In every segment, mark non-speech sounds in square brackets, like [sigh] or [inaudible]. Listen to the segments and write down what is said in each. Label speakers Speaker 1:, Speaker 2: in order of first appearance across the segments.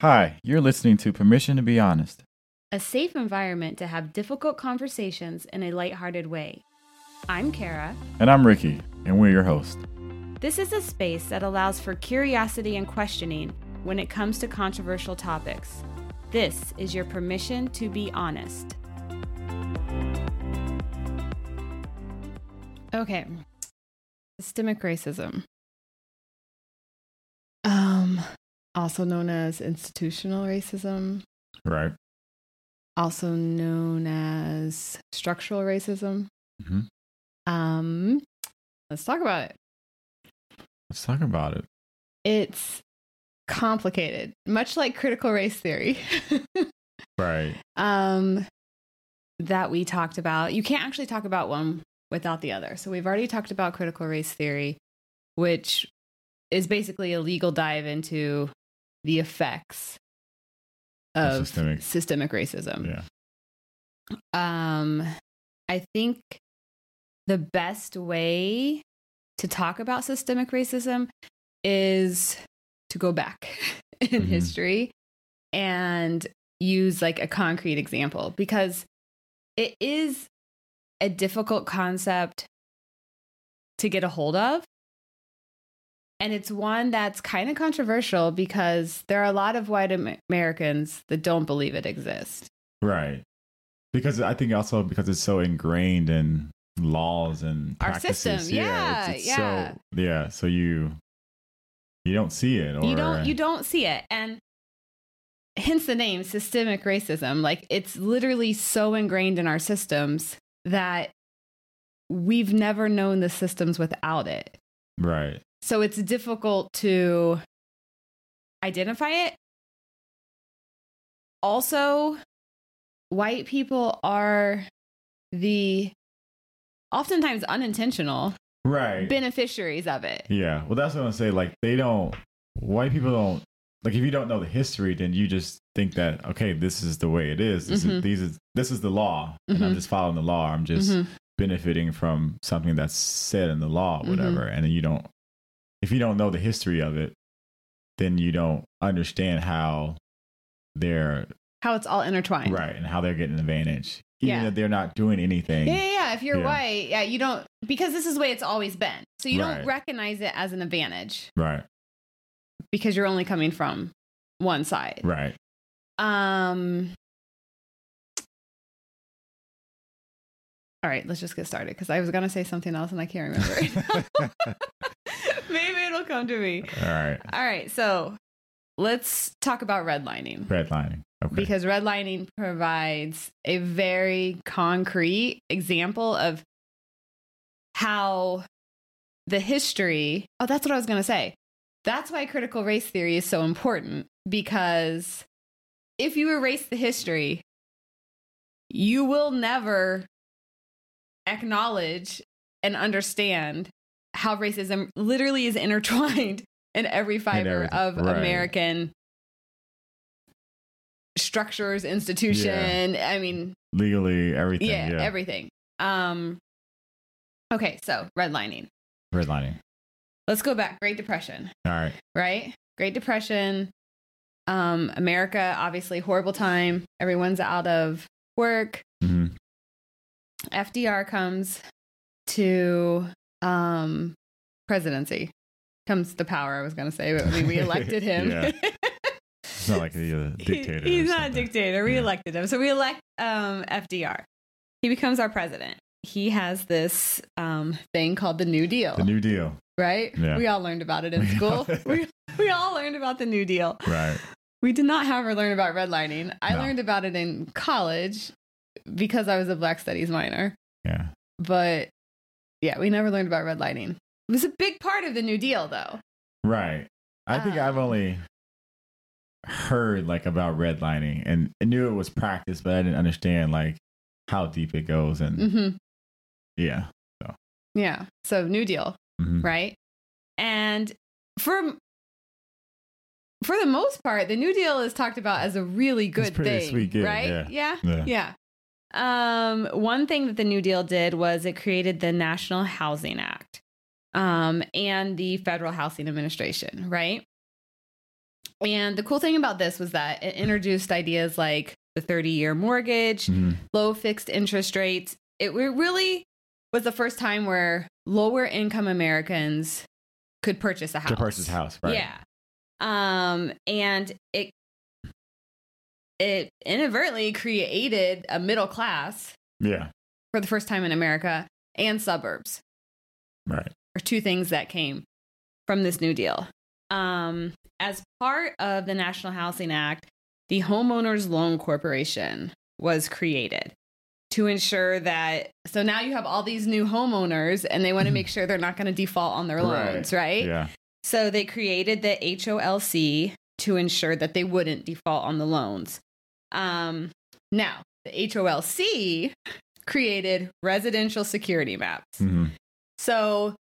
Speaker 1: Hi, you're listening to Permission to Be Honest.
Speaker 2: A safe environment to have difficult conversations in a lighthearted way. I'm Kara.
Speaker 1: And I'm Ricky, and we're your host.
Speaker 2: This is a space that allows for curiosity and questioning when it comes to controversial topics. This is your permission to be honest. Okay. Systemic racism.
Speaker 3: um, also known as institutional racism,
Speaker 1: Right.
Speaker 3: also known as structural racism.
Speaker 1: Mhm.
Speaker 3: Um, let's talk about it.
Speaker 1: Let's talk about it.
Speaker 3: It's complicated, much like critical race theory [laughs]
Speaker 1: Right.
Speaker 3: um, that we talked about. You can't actually talk about one without the other. So we've already talked about critical race theory, which is basically a legal dive into the effects
Speaker 1: Of
Speaker 3: of
Speaker 1: systemic-
Speaker 3: systemic, racism.
Speaker 1: Yeah.
Speaker 3: Um, I think the best way to talk about systemic racism is to go back [laughs] in
Speaker 1: Mhm.
Speaker 3: history and use like a concrete example because it is a difficult concept to get a hold of. And it's one that's kind of controversial because there are a lot of white Am- Americans that don't believe it exists.
Speaker 1: Right. Because I think also because it's so ingrained in laws and
Speaker 3: Our
Speaker 1: practices.
Speaker 3: system, yeah, yeah.
Speaker 1: So, yeah. So you you don't see it, or
Speaker 3: you don't you don't see it and hence the name systemic racism like it's literally so ingrained in our systems that we've never known the systems without it
Speaker 1: Right.
Speaker 3: so it's difficult to identify it also white people are the oftentimes unintentional
Speaker 1: Right.
Speaker 3: beneficiaries of it
Speaker 1: Yeah. Well, that's what I'm saying. Like, they don't, white people don't, like, if you don't know the history, then you just think that, okay, this is the way it is. This,
Speaker 3: Mhm.
Speaker 1: is, these is, this is the law. And I'm
Speaker 3: Mhm.
Speaker 1: just following the law. I'm just
Speaker 3: Mhm.
Speaker 1: benefiting from something that's said in the law,
Speaker 3: Mhm.
Speaker 1: whatever. And then you don't, if you don't know the history of it, then you don't understand how they're
Speaker 3: how it's all intertwined
Speaker 1: right and how they're getting advantage. Even
Speaker 3: Yeah.
Speaker 1: if they're not doing anything.
Speaker 3: [laughs] Yeah, yeah, yeah. If you're
Speaker 1: Yeah.
Speaker 3: white, yeah, you don't because this is the way it's always been. So you
Speaker 1: Right.
Speaker 3: don't recognize it as an advantage
Speaker 1: Right.
Speaker 3: because you're only coming from one side.
Speaker 1: Right.
Speaker 3: Um All right, let's just get started because I was gonna say something else and I can't remember.
Speaker 1: [laughs]
Speaker 3: it. [laughs] Maybe it'll come to me.
Speaker 1: All right.
Speaker 3: All right, so let's talk about redlining
Speaker 1: Redlining. Okay.
Speaker 3: because redlining provides a very concrete example of how the history oh that's what i was going to say that's why critical race theory is so important because if you erase the history you will never acknowledge and understand how racism literally is intertwined [laughs] in every fiber
Speaker 1: everything.
Speaker 3: of
Speaker 1: Right.
Speaker 3: american structures institution i mean
Speaker 1: legally everything.
Speaker 3: yeah,
Speaker 1: Yeah.
Speaker 3: everything um okay so redlining
Speaker 1: Redlining.
Speaker 3: let's go back great depression
Speaker 1: All right.
Speaker 3: right? Great Depression, um, America, obviously, horrible time. Everyone's out of work.
Speaker 1: hmm
Speaker 3: FDR comes to um, presidency, comes to power, I was going to say, but we,
Speaker 1: [laughs]
Speaker 3: we elected him.
Speaker 1: Yeah. It's not like the uh,
Speaker 3: [laughs] He-
Speaker 1: dictator.
Speaker 3: he's
Speaker 1: or
Speaker 3: not a
Speaker 1: something.
Speaker 3: dictator. We
Speaker 1: Yeah.
Speaker 3: elected him. So we elect um, FDR. He becomes our president. He has this um, thing called the New Deal,
Speaker 1: The New Deal.
Speaker 3: right?
Speaker 1: Yeah.
Speaker 3: We all learned about it in
Speaker 1: We all-
Speaker 3: school. [laughs] we, we all learned about the New Deal.
Speaker 1: Right.
Speaker 3: We did not, however, learn about redlining. I
Speaker 1: No.
Speaker 3: learned about it in college because I was a Black Studies minor.
Speaker 1: Yeah.
Speaker 3: But yeah, we never learned about redlining. It was a big part of the New Deal, though.
Speaker 1: Right. I think
Speaker 3: Um,
Speaker 1: I've only heard like about redlining and I knew it was practice, but I didn't understand like how deep it goes and
Speaker 3: hmm
Speaker 1: yeah.
Speaker 3: Yeah. So New Deal,
Speaker 1: Mhm.
Speaker 3: right? And for for the most part, the New Deal is talked about as a really good
Speaker 1: pretty
Speaker 3: thing,
Speaker 1: sweet gig, yeah.
Speaker 3: right? yeah.
Speaker 1: Yeah.
Speaker 3: Yeah. Um, one thing that the New Deal did was it created the National Housing Act um, and the Federal Housing Administration, right? And the cool thing about this was that it introduced ideas like the 30 year mortgage,
Speaker 1: Mhm.
Speaker 3: low fixed interest rates. It re- really was the first time where lower income Americans could purchase a house.
Speaker 1: To purchase house, right?
Speaker 3: Yeah. Um, and it it inadvertently created a middle class
Speaker 1: Yeah.
Speaker 3: for the first time in America and suburbs
Speaker 1: Right.
Speaker 3: or two things that came from this New Deal. Um, as part of the National Housing Act, the Homeowners Loan Corporation was created to ensure that. So now you have all these new homeowners and they want to make sure they're not going to default on their
Speaker 1: Mm-hmm. Right.
Speaker 3: loans, right?
Speaker 1: Yeah.
Speaker 3: So they created the HOLC to ensure that they wouldn't default on the loans. Um, now, the HOLC created residential security maps.
Speaker 1: hmm
Speaker 3: So,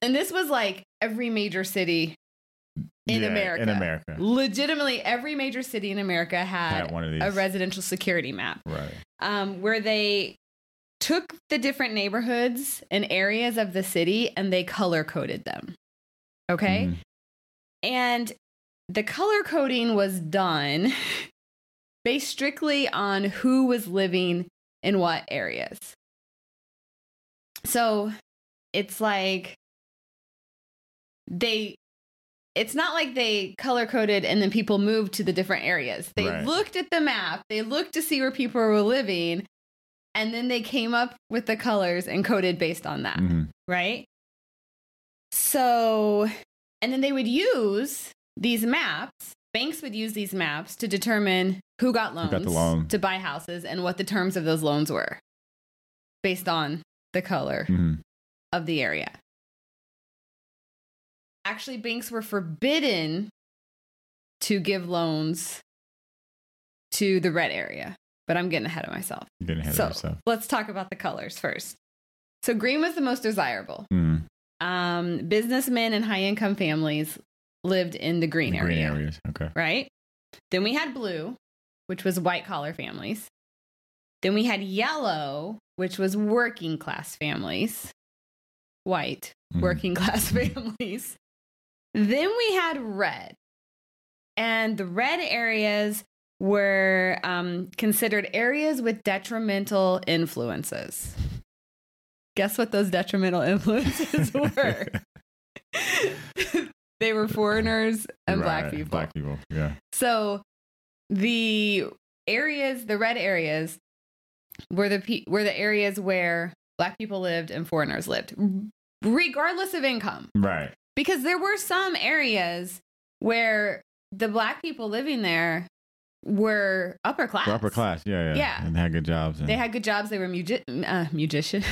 Speaker 3: and this was like every major city, In America.
Speaker 1: In America.
Speaker 3: legitimately every major city in America
Speaker 1: Had
Speaker 3: had
Speaker 1: one of these.
Speaker 3: a residential security map
Speaker 1: right.
Speaker 3: um, where they took the different neighborhoods and areas of the city and they color coded them. Okay.
Speaker 1: Mhm.
Speaker 3: And the color coding was done [laughs] based strictly on who was living in what areas. So it's like they, it's not like they color coded and then people moved to the different areas. They
Speaker 1: Right.
Speaker 3: looked at the map, they looked to see where people were living, and then they came up with the colors and coded based on that
Speaker 1: Mhm.
Speaker 3: right? So, and then they would use these maps, banks would use these maps to determine who got
Speaker 1: got
Speaker 3: loans
Speaker 1: the loan.
Speaker 3: to buy houses and what the terms of those loans were based on the color
Speaker 1: Mhm.
Speaker 3: of the area. Actually, banks were forbidden to give loans to the red area, but I'm getting ahead of myself.
Speaker 1: You're getting ahead
Speaker 3: So-
Speaker 1: of yourself.
Speaker 3: Let's talk about the colors first. So, green was the most desirable
Speaker 1: Mhm.
Speaker 3: um, businessmen and high income families lived in the green,
Speaker 1: The
Speaker 3: area,
Speaker 1: areas. Okay.
Speaker 3: right? Then we had blue, which was white collar families. Then we had yellow, which was working class families, white
Speaker 1: Mhm.
Speaker 3: working class [laughs] families. Then we had red, and the red areas were um, considered areas with detrimental influences. Guess what those
Speaker 1: [laughs]
Speaker 3: detrimental influences were? [laughs] they were foreigners and black
Speaker 1: Right,
Speaker 3: people.
Speaker 1: Black people. Yeah.
Speaker 3: So the areas, the red areas, were the pe- were the areas where black people lived and foreigners lived, regardless of income,
Speaker 1: Right.
Speaker 3: because there were some areas where the black people living there were upper class.
Speaker 1: Upper class. Yeah. Yeah.
Speaker 3: Yeah.
Speaker 1: And they had good jobs. And
Speaker 3: They had good jobs. They were mugi- uh, musicians.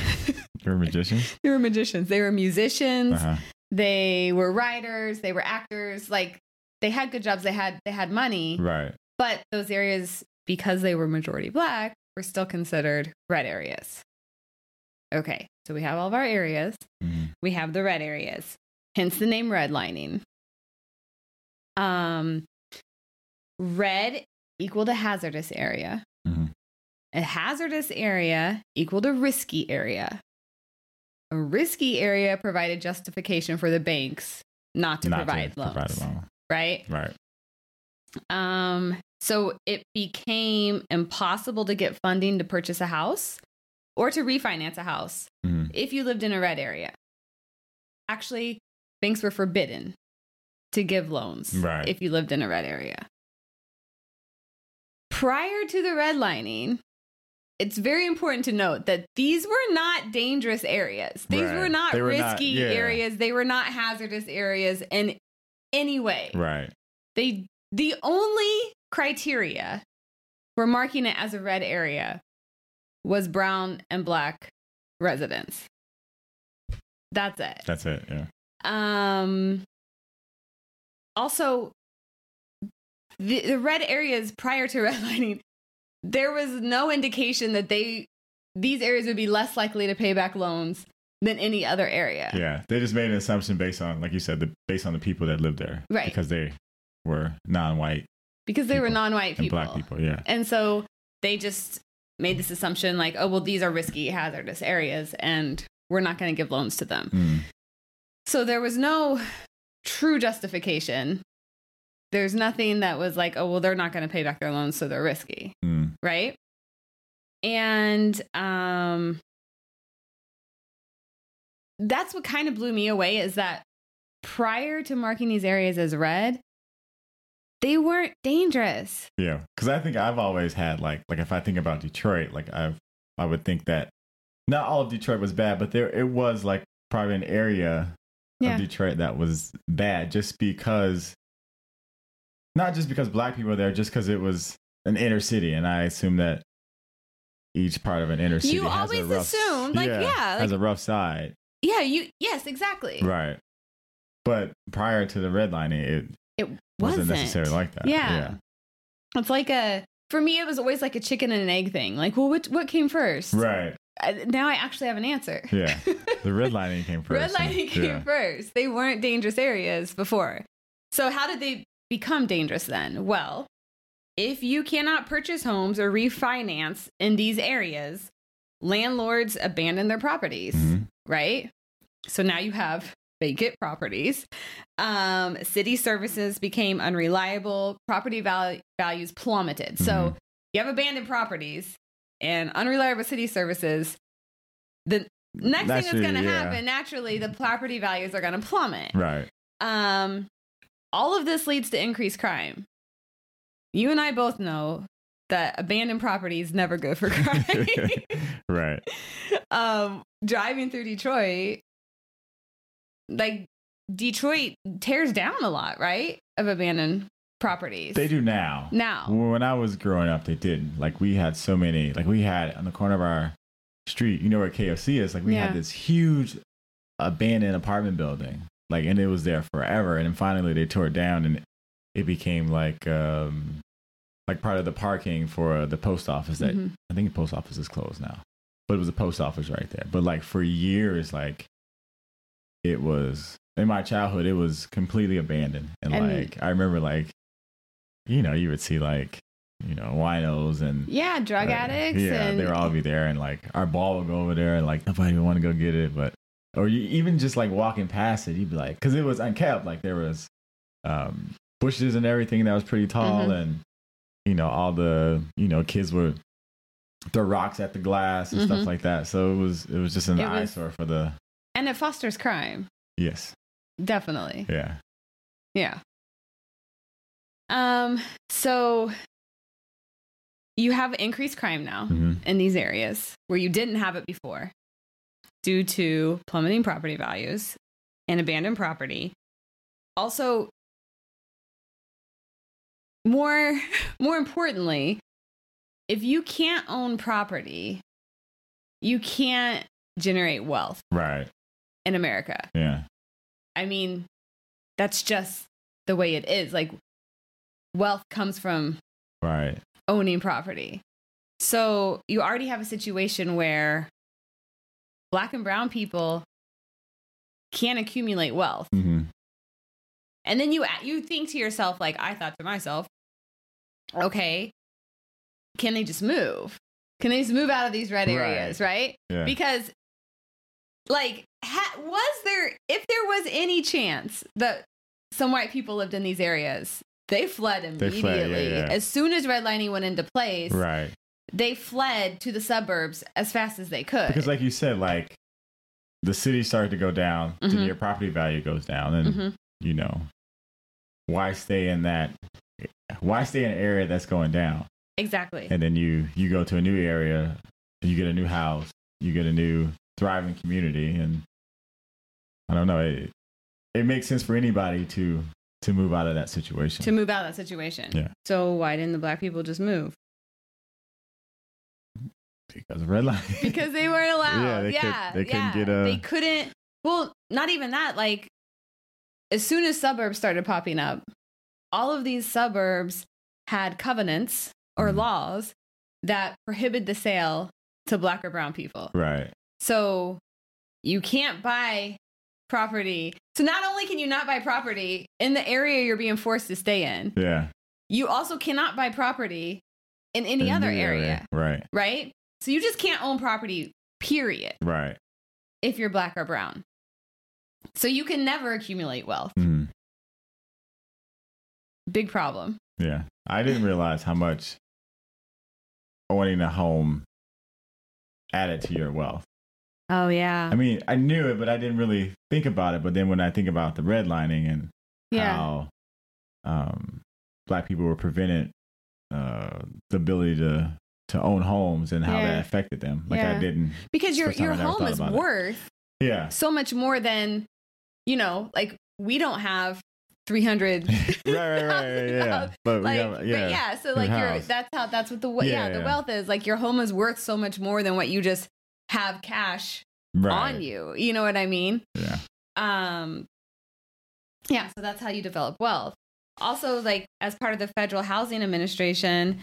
Speaker 1: They were magicians.
Speaker 3: [laughs] they were magicians. They were musicians.
Speaker 1: Uh-huh.
Speaker 3: They were writers. They were actors. Like they had good jobs. They had they had money.
Speaker 1: Right.
Speaker 3: But those areas, because they were majority black, were still considered red areas. Okay, so we have all of our areas.
Speaker 1: Mhm.
Speaker 3: We have the red areas, hence the name redlining. Um, red equal to hazardous area.
Speaker 1: Mhm.
Speaker 3: A hazardous area equal to risky area. A risky area provided justification for the banks not to
Speaker 1: Not
Speaker 3: provide loans,
Speaker 1: Provide a loan.
Speaker 3: right?
Speaker 1: Right.
Speaker 3: Um, so it became impossible to get funding to purchase a house or to refinance a house
Speaker 1: Mhm.
Speaker 3: if you lived in a red area. Actually, banks were forbidden to give loans
Speaker 1: Right.
Speaker 3: if you lived in a red area. Prior to the redlining, it's very important to note that these were not dangerous areas. These
Speaker 1: Right.
Speaker 3: were not
Speaker 1: They were not-
Speaker 3: risky
Speaker 1: yeah.
Speaker 3: areas. They were not hazardous areas in any way
Speaker 1: Right.
Speaker 3: they the only criteria for marking it as a red area was brown and black residents that's it
Speaker 1: That's it. Yeah.
Speaker 3: um also the, the red areas prior to [laughs] redlining there was no indication that they these areas would be less likely to pay back loans than any other area
Speaker 1: Yeah, they just made an assumption based on, like you said, the based on the people that lived there,
Speaker 3: Right.
Speaker 1: Because they were non-white
Speaker 3: because they were
Speaker 1: People
Speaker 3: non-white
Speaker 1: and black people. Yeah,
Speaker 3: And so they just made this assumption like, oh, well, these are risky, hazardous areas, and we're not going to give loans to them.
Speaker 1: Mm.
Speaker 3: So there was no true justification There's nothing that was like, oh, well, they're not going to pay back their loans, so they're risky,
Speaker 1: Mm.
Speaker 3: right? And um, that's what kind of blew me away is that prior to marking these areas as red, they weren't dangerous.
Speaker 1: Yeah, because I think I've always had like like if I think about Detroit, like I've I would think that not all of Detroit was bad, but there it was like probably an area
Speaker 3: Yeah.
Speaker 1: of Detroit that was bad just because not just because black people were there, just because it was an inner city, and I assume that each part of an inner city has
Speaker 3: always
Speaker 1: a rough,
Speaker 3: assume, like, yeah,
Speaker 1: has
Speaker 3: like-
Speaker 1: a rough side,
Speaker 3: Yeah, you, yes, exactly.
Speaker 1: right? But prior to the redlining, it
Speaker 3: It
Speaker 1: wasn't,
Speaker 3: wasn't,
Speaker 1: necessarily like that.
Speaker 3: Yeah. It's like a for me, it was always like a chicken and an egg thing. Like, well, what what came first?
Speaker 1: yeah. right,
Speaker 3: I, now I actually have an answer.
Speaker 1: yeah. The redlining came first.
Speaker 3: [laughs] Red lighting came
Speaker 1: Yeah.
Speaker 3: first. They weren't dangerous areas before. So how did they become dangerous then? Well, if you cannot purchase homes or refinance in these areas, landlords abandon their properties.
Speaker 1: Mhm.
Speaker 3: right? So now you have vacant properties. Um, city services became unreliable. Property val- values plummeted. So you have abandoned properties and unreliable city services. The next thing
Speaker 1: Naturally,
Speaker 3: that's going to
Speaker 1: yeah.
Speaker 3: happen, naturally, the property values are going to plummet.
Speaker 1: Right. [laughs]
Speaker 3: Um, all of this leads to increased crime. You and I both know that abandoned property is never good for crime.
Speaker 1: [laughs] right.
Speaker 3: um driving through Detroit, like Detroit tears down a lot, right? Of abandoned properties.
Speaker 1: They do Mm-hmm. now.
Speaker 3: now.
Speaker 1: When I was growing up, they didn't. Like we had so many. Like we had on the corner of our street, you know where KFC is. Like we
Speaker 3: Yeah.
Speaker 1: had this huge abandoned apartment building. Like and it was there forever. And then finally they tore it down and it became like um like part of the parking for uh, the post office that
Speaker 3: Mhm.
Speaker 1: I think the post office is closed now, but it was a post office right there. But like for years, like it was in my childhood, it was completely abandoned. And,
Speaker 3: And-
Speaker 1: like I remember, like you know, you would see like you know winos and
Speaker 3: Yeah, drug
Speaker 1: uh,
Speaker 3: addicts
Speaker 1: Yeah,
Speaker 3: and
Speaker 1: they would all be there, and like our ball would go over there, and like nobody would want to go get it, but or you even just like walking past it, you'd be like, because it was unkept, like there was um, bushes and everything that was pretty tall,
Speaker 3: Mhm.
Speaker 1: and you know all the you know kids would throw rocks at the glass and
Speaker 3: Mhm.
Speaker 1: stuff like that. So it was it was just an
Speaker 3: It was-
Speaker 1: eyesore for the
Speaker 3: and it fosters crime,
Speaker 1: yes,
Speaker 3: definitely.
Speaker 1: yeah,
Speaker 3: Yeah. Um so you have increased crime now
Speaker 1: hmm
Speaker 3: in these areas where you didn't have it before due to plummeting property values and abandoned property. Also, more [laughs] more importantly, if you can't own property, you can't generate wealth
Speaker 1: mm-hmm, right,
Speaker 3: in America.
Speaker 1: yeah,
Speaker 3: I mean, that's just the way it is. Like wealth comes from
Speaker 1: right,
Speaker 3: owning property. So you already have a situation where black and brown people can accumulate wealth.
Speaker 1: hmm
Speaker 3: And then you you think to yourself like I thought to myself, okay, can they just move? Can they just move out of these red
Speaker 1: Right.
Speaker 3: areas, right?
Speaker 1: yeah,
Speaker 3: Because like ha- was there if there was any chance that some white people lived in these areas, they fled
Speaker 1: fled,
Speaker 3: immediately.
Speaker 1: yeah, yeah.
Speaker 3: As soon as redlining went into place,
Speaker 1: right.
Speaker 3: they fled to the suburbs as fast as they could.
Speaker 1: Because like you said, like the city started to go down,
Speaker 3: Mhm.
Speaker 1: then your property value goes down, and
Speaker 3: Mhm.
Speaker 1: you know why stay in that why stay in an area that's going down
Speaker 3: exactly.
Speaker 1: and then you you go to a new area you get a new house you get a new thriving community and i don't know it, it makes sense for anybody to to move out of that situation
Speaker 3: to move out of that situation.
Speaker 1: Yeah.
Speaker 3: So why didn't the black people just move?
Speaker 1: because of red line
Speaker 3: Because they weren't allowed.
Speaker 1: Yeah, they could-
Speaker 3: yeah,
Speaker 1: they couldn't
Speaker 3: yeah.
Speaker 1: get a-
Speaker 3: They couldn't. Well, not even that. Like, as soon as suburbs started popping up, all of these suburbs had covenants or
Speaker 1: Mhm.
Speaker 3: laws that prohibit the sale to black or brown people.
Speaker 1: [laughs] right
Speaker 3: So you can't buy property. So not only can you not buy property in the area you're being forced to stay in,
Speaker 1: yeah
Speaker 3: you also cannot buy property in any
Speaker 1: A
Speaker 3: other
Speaker 1: new
Speaker 3: area,
Speaker 1: right
Speaker 3: right? So you just can't own property, period,
Speaker 1: right
Speaker 3: if you're black or brown.
Speaker 1: Hmm. Mm-hmm.
Speaker 3: So you can never accumulate wealth.
Speaker 1: Mhm.
Speaker 3: Big problem.
Speaker 1: Yeah. I didn't realize how much owning a home added to your wealth.
Speaker 2: Oh yeah.
Speaker 1: I mean, I knew it, but I didn't really think about it. But then when I think about the redlining and
Speaker 3: Yeah.
Speaker 1: how um, black people were prevented uh, the ability to to own homes and how
Speaker 3: Yeah.
Speaker 1: that affected them. Like
Speaker 3: Yeah.
Speaker 1: I didn't.
Speaker 3: Because your
Speaker 1: First time
Speaker 3: your
Speaker 1: I never
Speaker 3: home
Speaker 1: thought
Speaker 3: is
Speaker 1: about it.
Speaker 3: worth
Speaker 1: Yeah. [laughs]
Speaker 3: so much more than you know like we don't have 300
Speaker 1: right, right, right, right,
Speaker 3: [laughs]
Speaker 1: yeah. But
Speaker 3: like
Speaker 1: we
Speaker 3: but
Speaker 1: have, yeah,
Speaker 3: yeah. so like your
Speaker 1: house.
Speaker 3: that's how that's what the we- yeah,
Speaker 1: Yeah,
Speaker 3: the
Speaker 1: yeah.
Speaker 3: wealth is like your home is worth so much more than what you just have cash
Speaker 1: right.
Speaker 3: on you you know what i mean
Speaker 1: Yeah.
Speaker 3: um yeah so that's how you develop wealth also like as part of the federal housing administration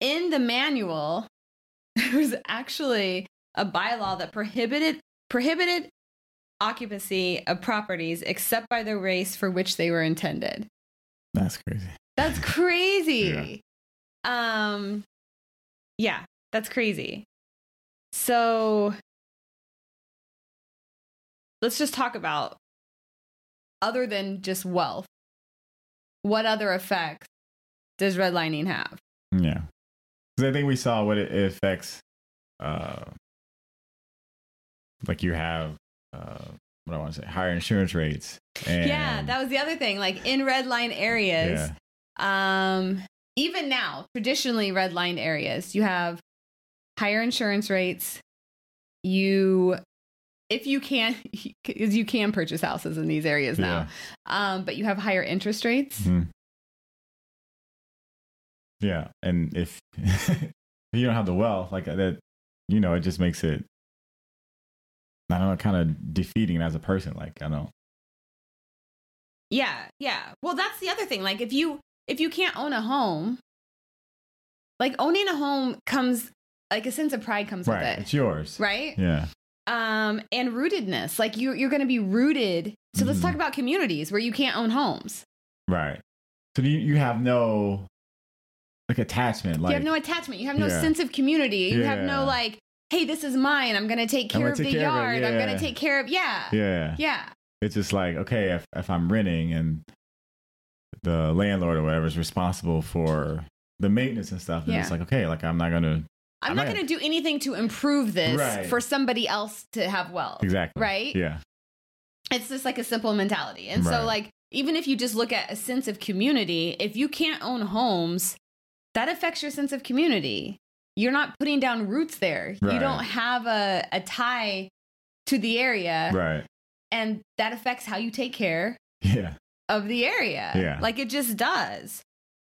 Speaker 3: in the manual [laughs] there was actually a bylaw that prohibited prohibited occupancy of properties except by the race for which they were intended
Speaker 1: That's crazy.
Speaker 3: that's crazy um yeah that's crazy so let's just talk about other than just wealth what other effects does redlining have
Speaker 1: Yeah. 'Cause I think we saw what it, it affects. Uh, like you have, uh, what do I want to say, higher insurance rates. And
Speaker 3: yeah that was the other thing like in redline areas um even now traditionally redlined areas you have higher insurance rates you if you can [laughs] because you can purchase houses in these areas now
Speaker 1: Yeah.
Speaker 3: um, but you have higher interest rates.
Speaker 1: Mhm. Yeah. And if [laughs] you don't have the wealth, like that, you know, it just makes it, I don't know, kind of defeating as a person. Like, I don't,
Speaker 3: Yeah, yeah. Well, that's the other thing. Like if you if you can't own a home, like owning a home comes like a sense of pride comes
Speaker 1: right.
Speaker 3: with
Speaker 1: It's
Speaker 3: it,
Speaker 1: yours.
Speaker 3: right?
Speaker 1: Yeah.
Speaker 3: Um, and rootedness. Like you you're going to be rooted. So let's
Speaker 1: Mhm.
Speaker 3: talk about communities where you can't own homes.
Speaker 1: Right. So you, you have no, like, attachment. Like,
Speaker 3: you have no attachment. You have no
Speaker 1: Yeah.
Speaker 3: sense of community. You have
Speaker 1: Yeah.
Speaker 3: no like, hey, this is mine. I'm going to take
Speaker 1: I'm
Speaker 3: care
Speaker 1: gonna
Speaker 3: of
Speaker 1: take
Speaker 3: the
Speaker 1: care of it.
Speaker 3: yard. I'm going
Speaker 1: Yeah.
Speaker 3: to take care of yeah. Yeah.
Speaker 1: yeah. it's just like okay if, if i'm renting and the landlord or whatever is responsible for the maintenance and stuff then it's
Speaker 3: Yeah.
Speaker 1: like okay like i'm not gonna
Speaker 3: I'm,
Speaker 1: I'm
Speaker 3: not
Speaker 1: not-
Speaker 3: going to do anything to improve this
Speaker 1: Right.
Speaker 3: for somebody else to have wealth.
Speaker 1: exactly
Speaker 3: Right?
Speaker 1: yeah
Speaker 3: it's just like a simple mentality. And
Speaker 1: Right.
Speaker 3: so like even if you just look at a sense of community, if you can't own homes, that affects your sense of community. You're not putting down roots there. You
Speaker 1: Right.
Speaker 3: don't have a, a tie to the area.
Speaker 1: right
Speaker 3: And that affects how you take care
Speaker 1: yeah
Speaker 3: of the area.
Speaker 1: Yeah.
Speaker 3: Like it just does.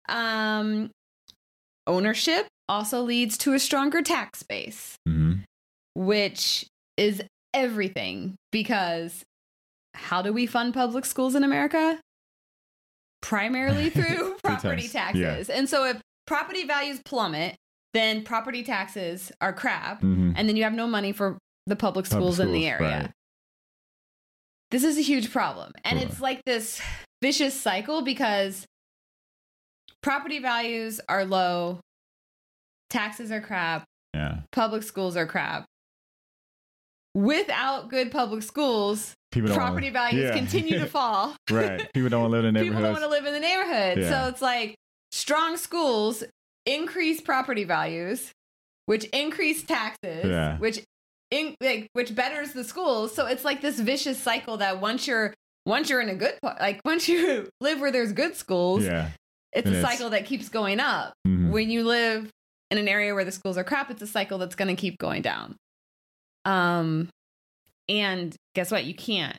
Speaker 3: Um ownership also leads to a stronger tax base
Speaker 1: hmm
Speaker 3: which is everything because how do we fund public schools in America? Primarily through property
Speaker 1: tax. Yeah.
Speaker 3: taxes. And so if property values plummet, then property taxes are crap,
Speaker 1: hmm
Speaker 3: and then you have no money for the public schools, in the area. This is a huge problem. And
Speaker 1: Sure.
Speaker 3: it's like this vicious cycle because property values are low, taxes are crap,
Speaker 1: yeah
Speaker 3: public schools are crap. Without good public schools,
Speaker 1: people don't
Speaker 3: property
Speaker 1: wanna,
Speaker 3: values
Speaker 1: yeah. [laughs]
Speaker 3: continue to fall.
Speaker 1: right people don't want to live in
Speaker 3: [laughs] People don't want
Speaker 1: neighborhoods
Speaker 3: to live in the neighborhood.
Speaker 1: Yeah.
Speaker 3: So it's like strong schools increase property values, which increase taxes,
Speaker 1: Yeah.
Speaker 3: which in, like which betters the schools. So it's like this vicious cycle that once you're once you're in a good pla- like [laughs] once you live where there's good schools,
Speaker 1: yeah
Speaker 3: it's
Speaker 1: And
Speaker 3: a
Speaker 1: it's-
Speaker 3: cycle that keeps going up
Speaker 1: Mhm.
Speaker 3: when you live in an area where the schools are crap, it's a cycle that's going to keep going down. Um, and guess what? You can't.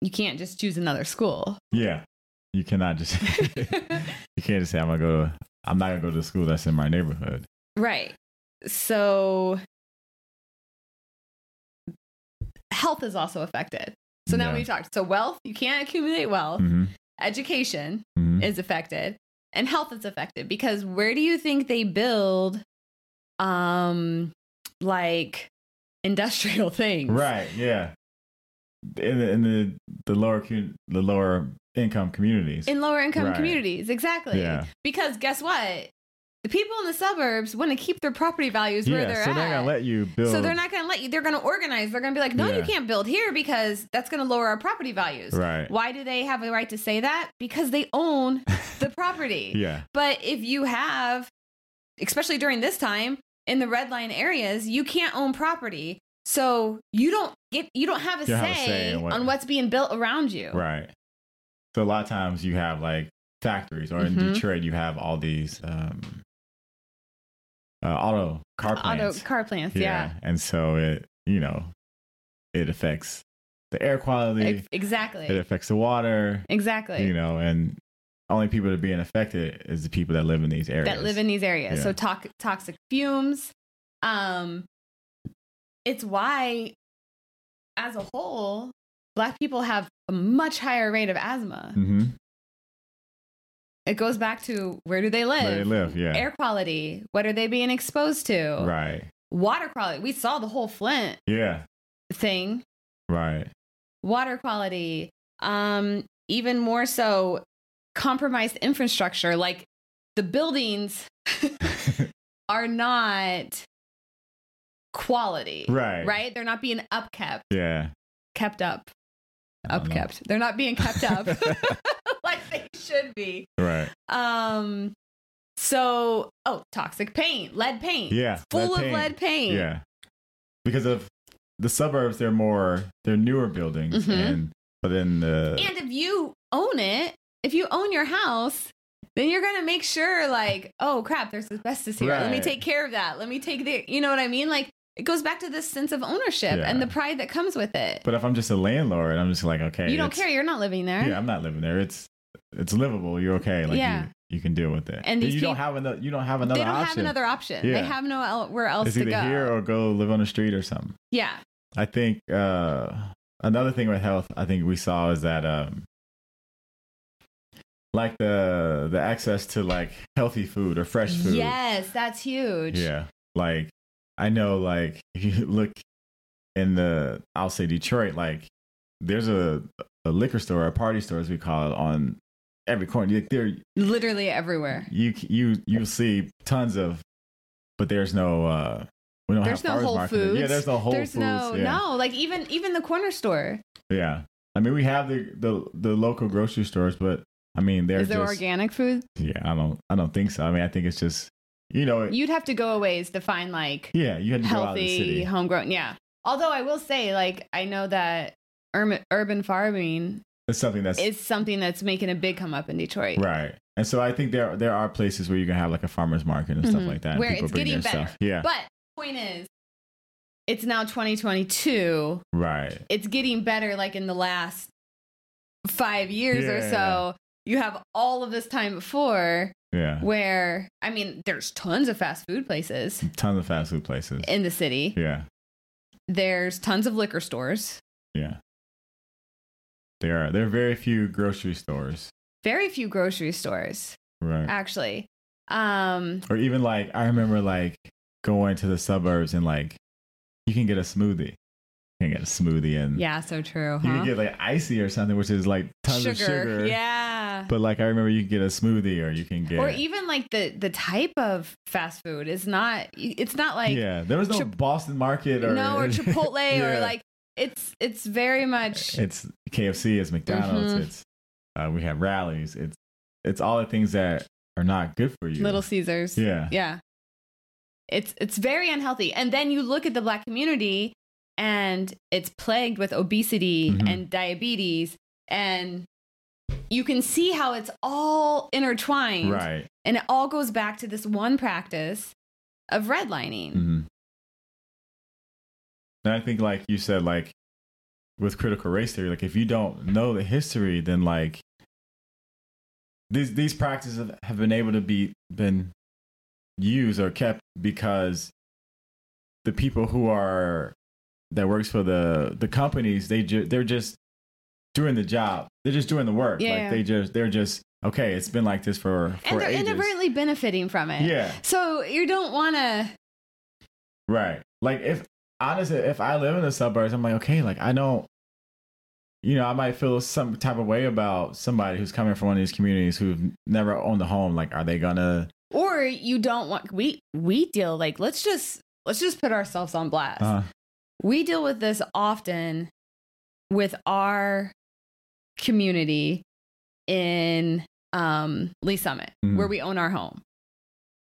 Speaker 3: You can't just choose another school.
Speaker 1: yeah you cannot
Speaker 3: [laughs]
Speaker 1: just [laughs] you can't just say i'm gonna go to i'm not gonna go to the school that's in my neighborhood
Speaker 3: right. So health is also affected. So now
Speaker 1: Yeah.
Speaker 3: we've talked. So wealth, you can't accumulate wealth.
Speaker 1: hmm
Speaker 3: Education
Speaker 1: hmm
Speaker 3: is affected and health is affected because where do you think they build um like industrial [laughs] things
Speaker 1: right yeah in the in the, the lower cu- the lower income communities
Speaker 3: in lower income
Speaker 1: Right.
Speaker 3: communities exactly
Speaker 1: Yeah.
Speaker 3: because guess what The people in the suburbs want to keep their property values where
Speaker 1: yeah,
Speaker 3: they're
Speaker 1: so
Speaker 3: at.
Speaker 1: they're gonna let you build.
Speaker 3: so they're not going to let you. They're going to organize. They're going to be like, no, you
Speaker 1: Yeah.
Speaker 3: can't build here because that's going to lower our property values.
Speaker 1: right.
Speaker 3: Why do they have a right to say that? Because they
Speaker 1: [laughs]
Speaker 3: own the property.
Speaker 1: Yeah,
Speaker 3: But if you have, especially during this time in the red line areas, you can't own property. So you don't get you don't have a
Speaker 1: You don't
Speaker 3: say,
Speaker 1: have a say in what-
Speaker 3: on what's being built around you.
Speaker 1: right. So a lot of times you have like factories, or in
Speaker 3: Mhm.
Speaker 1: Detroit you have all these um, uh, auto car
Speaker 3: Auto
Speaker 1: plants.
Speaker 3: car plants,
Speaker 1: yeah.
Speaker 3: yeah.
Speaker 1: and so it you know it affects the air quality.
Speaker 3: Ex- Exactly.
Speaker 1: it affects the water.
Speaker 3: exactly.
Speaker 1: you know, and only people that are being affected is the people that live in these areas.
Speaker 3: that live in these areas.
Speaker 1: Yeah.
Speaker 3: So to- toxic fumes. Um, it's why, as a whole, black people have a much higher rate of asthma.
Speaker 1: hmm
Speaker 3: It goes back to where do they live?
Speaker 1: where they live. Yeah,
Speaker 3: Air quality. What are they being exposed to?
Speaker 1: right.
Speaker 3: Water quality. We saw the whole Flint
Speaker 1: Yeah,
Speaker 3: thing.
Speaker 1: right.
Speaker 3: Water quality. Um, even more so, compromised infrastructure. Like the buildings
Speaker 1: [laughs]
Speaker 3: are not quality.
Speaker 1: Right.
Speaker 3: Right? They're not being upkept,
Speaker 1: Yeah.
Speaker 3: kept up,
Speaker 1: I don't know.
Speaker 3: upkept. They're not being
Speaker 1: [laughs]
Speaker 3: kept up [laughs] like they should be.
Speaker 1: Right.
Speaker 3: Um so oh, toxic paint, lead paint.
Speaker 1: Yeah.
Speaker 3: Full of
Speaker 1: paint.
Speaker 3: lead paint.
Speaker 1: Yeah. Because of the suburbs, they're more they're newer buildings,
Speaker 3: Mhm.
Speaker 1: and but then the
Speaker 3: And if you own it, if you own your house, then you're gonna make sure, like, oh crap, there's asbestos here. Let me
Speaker 1: Right.
Speaker 3: take care of that. Let me take the, you know what I mean? Like, it goes back to this sense of ownership and
Speaker 1: Yeah.
Speaker 3: the pride that comes with it.
Speaker 1: but if I'm just a landlord, I'm just like okay,
Speaker 3: you don't
Speaker 1: it's-
Speaker 3: care. You're not living there.
Speaker 1: Yeah, I'm not living there. It's it's livable. You're okay. Like
Speaker 3: Yeah.
Speaker 1: you, you can deal with it.
Speaker 3: And these
Speaker 1: you
Speaker 3: peop-
Speaker 1: don't have another. You don't have
Speaker 3: they
Speaker 1: another
Speaker 3: don't have
Speaker 1: option.
Speaker 3: another option.
Speaker 1: Yeah.
Speaker 3: They have nowhere else
Speaker 1: it's
Speaker 3: to
Speaker 1: either
Speaker 3: go.
Speaker 1: here or go live on the street or something.
Speaker 3: yeah.
Speaker 1: I think uh, another thing with health, I think we saw is that um, like the the access to like healthy food or fresh food.
Speaker 3: Yes, that's huge.
Speaker 1: Yeah. Like I know, like [laughs] if you look in the I'll say Detroit, like there's a, a liquor store, a party store as we call it, on every corner. Like there,
Speaker 3: Literally everywhere.
Speaker 1: you you you see tons of, but there's no. uh we don't
Speaker 3: There's
Speaker 1: have
Speaker 3: no
Speaker 1: farmers
Speaker 3: Whole
Speaker 1: market. Yeah,
Speaker 3: Foods.
Speaker 1: there's no Whole
Speaker 3: There's
Speaker 1: Foods.
Speaker 3: no
Speaker 1: yeah.
Speaker 3: no, like even even the corner store.
Speaker 1: Yeah. I mean, we have the the, the local grocery stores, but I mean, they're
Speaker 3: Is there
Speaker 1: just
Speaker 3: organic food?
Speaker 1: yeah. I don't I don't think so. I mean, I think it's just you know it,
Speaker 3: You'd have to go a ways to find like
Speaker 1: yeah. You had to go out of the
Speaker 3: healthy,
Speaker 1: city.
Speaker 3: homegrown. Yeah. Although I will say, like, I know that urban, urban farming
Speaker 1: It's something that's
Speaker 3: is something that's making a big come up in Detroit.
Speaker 1: right. And so I think there there are places where you can have like a farmers market and
Speaker 3: Mhm.
Speaker 1: stuff like that. and
Speaker 3: Where
Speaker 1: people
Speaker 3: it's
Speaker 1: bring
Speaker 3: getting
Speaker 1: their
Speaker 3: better.
Speaker 1: Stuff. Yeah.
Speaker 3: But point is, it's now 2022.
Speaker 1: right.
Speaker 3: it's getting better like in the last five years or
Speaker 1: Yeah.
Speaker 3: so you have all of this time before
Speaker 1: Yeah.
Speaker 3: where i mean there's tons of fast food places
Speaker 1: Tons of fast food places.
Speaker 3: in the city
Speaker 1: yeah.
Speaker 3: there's tons of liquor stores
Speaker 1: Yeah. There are there are very few grocery stores.
Speaker 3: very few grocery stores
Speaker 1: Right.
Speaker 3: actually um
Speaker 1: or even like I remember like going to the suburbs and like you can get a smoothie. You can get a smoothie and
Speaker 3: yeah so true
Speaker 1: you
Speaker 3: huh?
Speaker 1: can get like icy or something, which is like tons
Speaker 3: sugar,
Speaker 1: of sugar.
Speaker 3: yeah
Speaker 1: But like I remember you can get a smoothie or you can get
Speaker 3: or even like the the type of fast food is not it's not like
Speaker 1: Yeah. There was no
Speaker 3: Chip-
Speaker 1: Boston Market or
Speaker 3: no
Speaker 1: [laughs]
Speaker 3: or chipotle or
Speaker 1: Yeah.
Speaker 3: like it's it's very much
Speaker 1: it's KFC, it's McDonald's,
Speaker 3: Mhm.
Speaker 1: it's uh, we have rallies, it's it's all the things that are not good for you.
Speaker 3: little caesars
Speaker 1: Yeah.
Speaker 3: Yeah. It's it's very unhealthy. And then you look at the black community and it's plagued with obesity
Speaker 1: Mhm.
Speaker 3: and diabetes and you can see how it's all intertwined
Speaker 1: Right.
Speaker 3: and it all goes back to this one practice of redlining.
Speaker 1: hmm And I think, like you said, like with critical race theory, like if you don't know the history, then like these these practices have- have been able to be been used or kept because the people who are that works for the the companies they ju- they're just doing the job they're just doing the work
Speaker 3: Yeah,
Speaker 1: like
Speaker 3: yeah.
Speaker 1: they just they're just okay it's been like this for for
Speaker 3: And they're
Speaker 1: ages
Speaker 3: inadvertently benefiting from it.
Speaker 1: yeah
Speaker 3: So you don't want to
Speaker 1: Right. Like if honestly, if I live in the suburbs, I'm like, okay, like I don't you know, I might feel some type of way about somebody who's coming from one of these communities who've never owned a home. Like, are they gonna
Speaker 3: or you don't want we we deal like let's just let's just put ourselves on blast.
Speaker 1: Uh,
Speaker 3: we deal with this often with our community in um, Lee Summit,
Speaker 1: Mhm.
Speaker 3: where we own our home.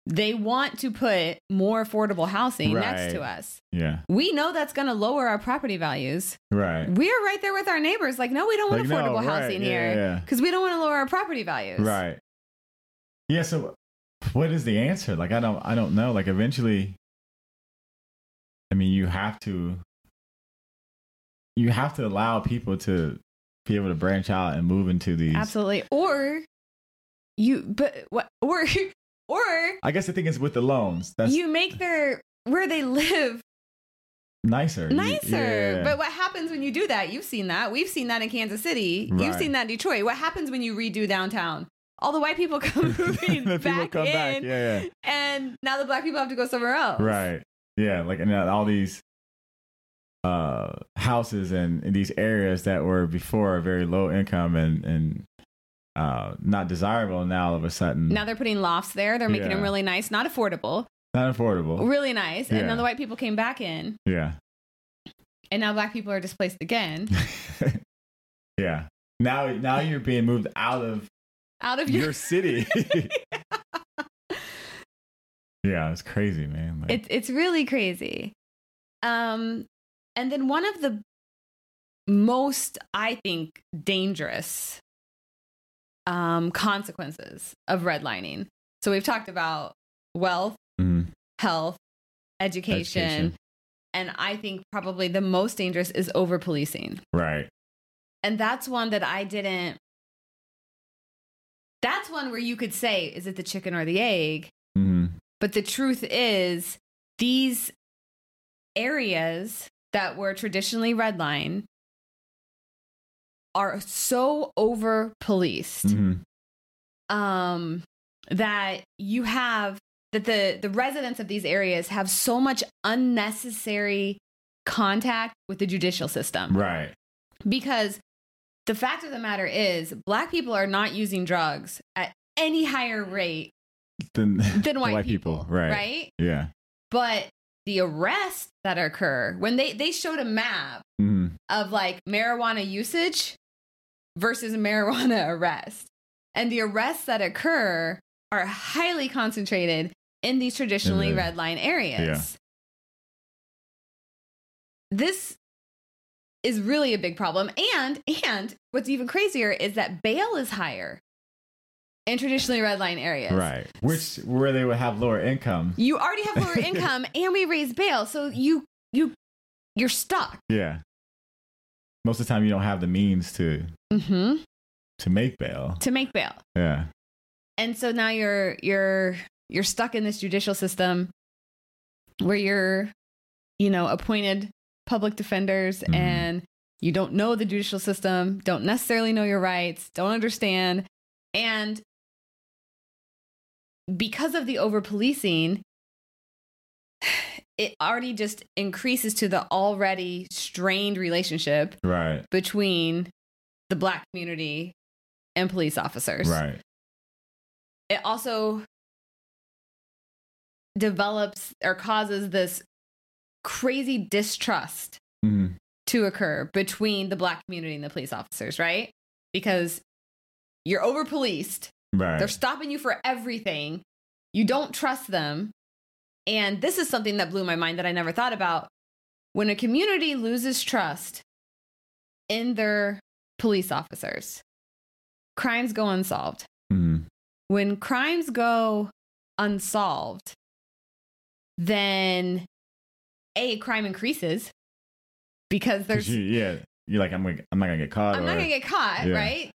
Speaker 3: They want to put more affordable housing next to
Speaker 1: Right.
Speaker 3: us.
Speaker 1: yeah.
Speaker 3: We know that's going to lower our property values.
Speaker 1: Right.
Speaker 3: We are right there with our neighbors. Like, no, we don't want
Speaker 1: Like, no,
Speaker 3: affordable
Speaker 1: right,
Speaker 3: housing
Speaker 1: yeah,
Speaker 3: here
Speaker 1: yeah,
Speaker 3: because we don't want to lower our property values.
Speaker 1: yeah. Right. Yeah. So, what is the answer? Like, I don't, I don't know. Like, eventually, I mean, you have to, you have to allow people to be able to branch out and move into these.
Speaker 3: Absolutely. Or you, but what, or, [laughs] or
Speaker 1: I guess the thing is with the loans, that's
Speaker 3: you make their, where they live
Speaker 1: nicer. You-
Speaker 3: nicer.
Speaker 1: yeah.
Speaker 3: But [laughs] what happens when you do that? You've seen that. We've seen that in Kansas City. You've
Speaker 1: Right.
Speaker 3: seen that in Detroit. What happens when you redo downtown? All the white
Speaker 1: [laughs]
Speaker 3: people [laughs] come moving
Speaker 1: The
Speaker 3: back
Speaker 1: people come
Speaker 3: in,
Speaker 1: back. Yeah. yeah.
Speaker 3: and now the black people have to go somewhere else.
Speaker 1: Right. Yeah. Like, and now all these uh houses and, and these areas that were before very low income and and uh not desirable now all of a sudden
Speaker 3: Now they're putting lofts there. They're making
Speaker 1: Yeah.
Speaker 3: them really nice, not affordable,
Speaker 1: not affordable
Speaker 3: really nice. And
Speaker 1: Yeah.
Speaker 3: then the white people came back in,
Speaker 1: yeah [laughs]
Speaker 3: and now black people are displaced again
Speaker 1: yeah now now you're being moved out of
Speaker 3: out [laughs] of [laughs] your.
Speaker 1: your city [laughs] yeah it's crazy man like,
Speaker 3: It's it's really crazy. Um, and then one of the most, I think, dangerous um, consequences of redlining. So we've talked about wealth,
Speaker 1: mhm,
Speaker 3: health, education,
Speaker 1: Education.
Speaker 3: and I think probably the most dangerous is over policing.
Speaker 1: right
Speaker 3: And that's one that I didn't. That's one where you could say, is it the chicken or the egg?
Speaker 1: hmm
Speaker 3: But the truth is, these areas that were traditionally redlined are so over policed
Speaker 1: hmm
Speaker 3: um, that you have that the the residents of these areas have so much unnecessary contact with the judicial system
Speaker 1: right
Speaker 3: because the fact of the matter is black people are not using drugs at any higher rate
Speaker 1: [laughs] then
Speaker 3: than white, people,
Speaker 1: right
Speaker 3: right
Speaker 1: yeah
Speaker 3: but the arrests that occur when they they showed a map
Speaker 1: hmm
Speaker 3: of like marijuana usage versus marijuana [laughs] arrest and the arrests that occur are highly concentrated in these traditionally
Speaker 1: the-
Speaker 3: red line areas this is really a big problem and and what's even crazier is that bail is higher in traditionally red line areas
Speaker 1: right which where they would have lower income
Speaker 3: you already have lower income and we raise bail so you you you're stuck
Speaker 1: Yeah. Most of the time, you don't have the means to
Speaker 3: mm-hmm.
Speaker 1: to make bail.
Speaker 3: to make bail
Speaker 1: Yeah.
Speaker 3: and so now you're you're you're stuck in this judicial system where you're you know appointed public defenders
Speaker 1: Mhm.
Speaker 3: and you don't know the judicial system don't necessarily know your rights don't understand and because of the over policing [sighs] it already just increases to the already strained relationship
Speaker 1: Right.
Speaker 3: between the black community and police officers
Speaker 1: Right.
Speaker 3: it also develops or causes this crazy distrust
Speaker 1: Mhm.
Speaker 3: to occur between the black community and the police officers, right? Because you're over policed,
Speaker 1: Right.
Speaker 3: they're stopping you for everything, you don't trust them. And this is something that blew my mind that I never thought about. When a community loses trust in their police officers, crimes go unsolved
Speaker 1: Mhm.
Speaker 3: when crimes go unsolved, then a crime increases because
Speaker 1: 'Cause
Speaker 3: there's
Speaker 1: you, yeah. You're like, I'm gonna, I'm not gonna get caught.
Speaker 3: I'm
Speaker 1: or,
Speaker 3: not gonna get caught,
Speaker 1: Yeah.
Speaker 3: right?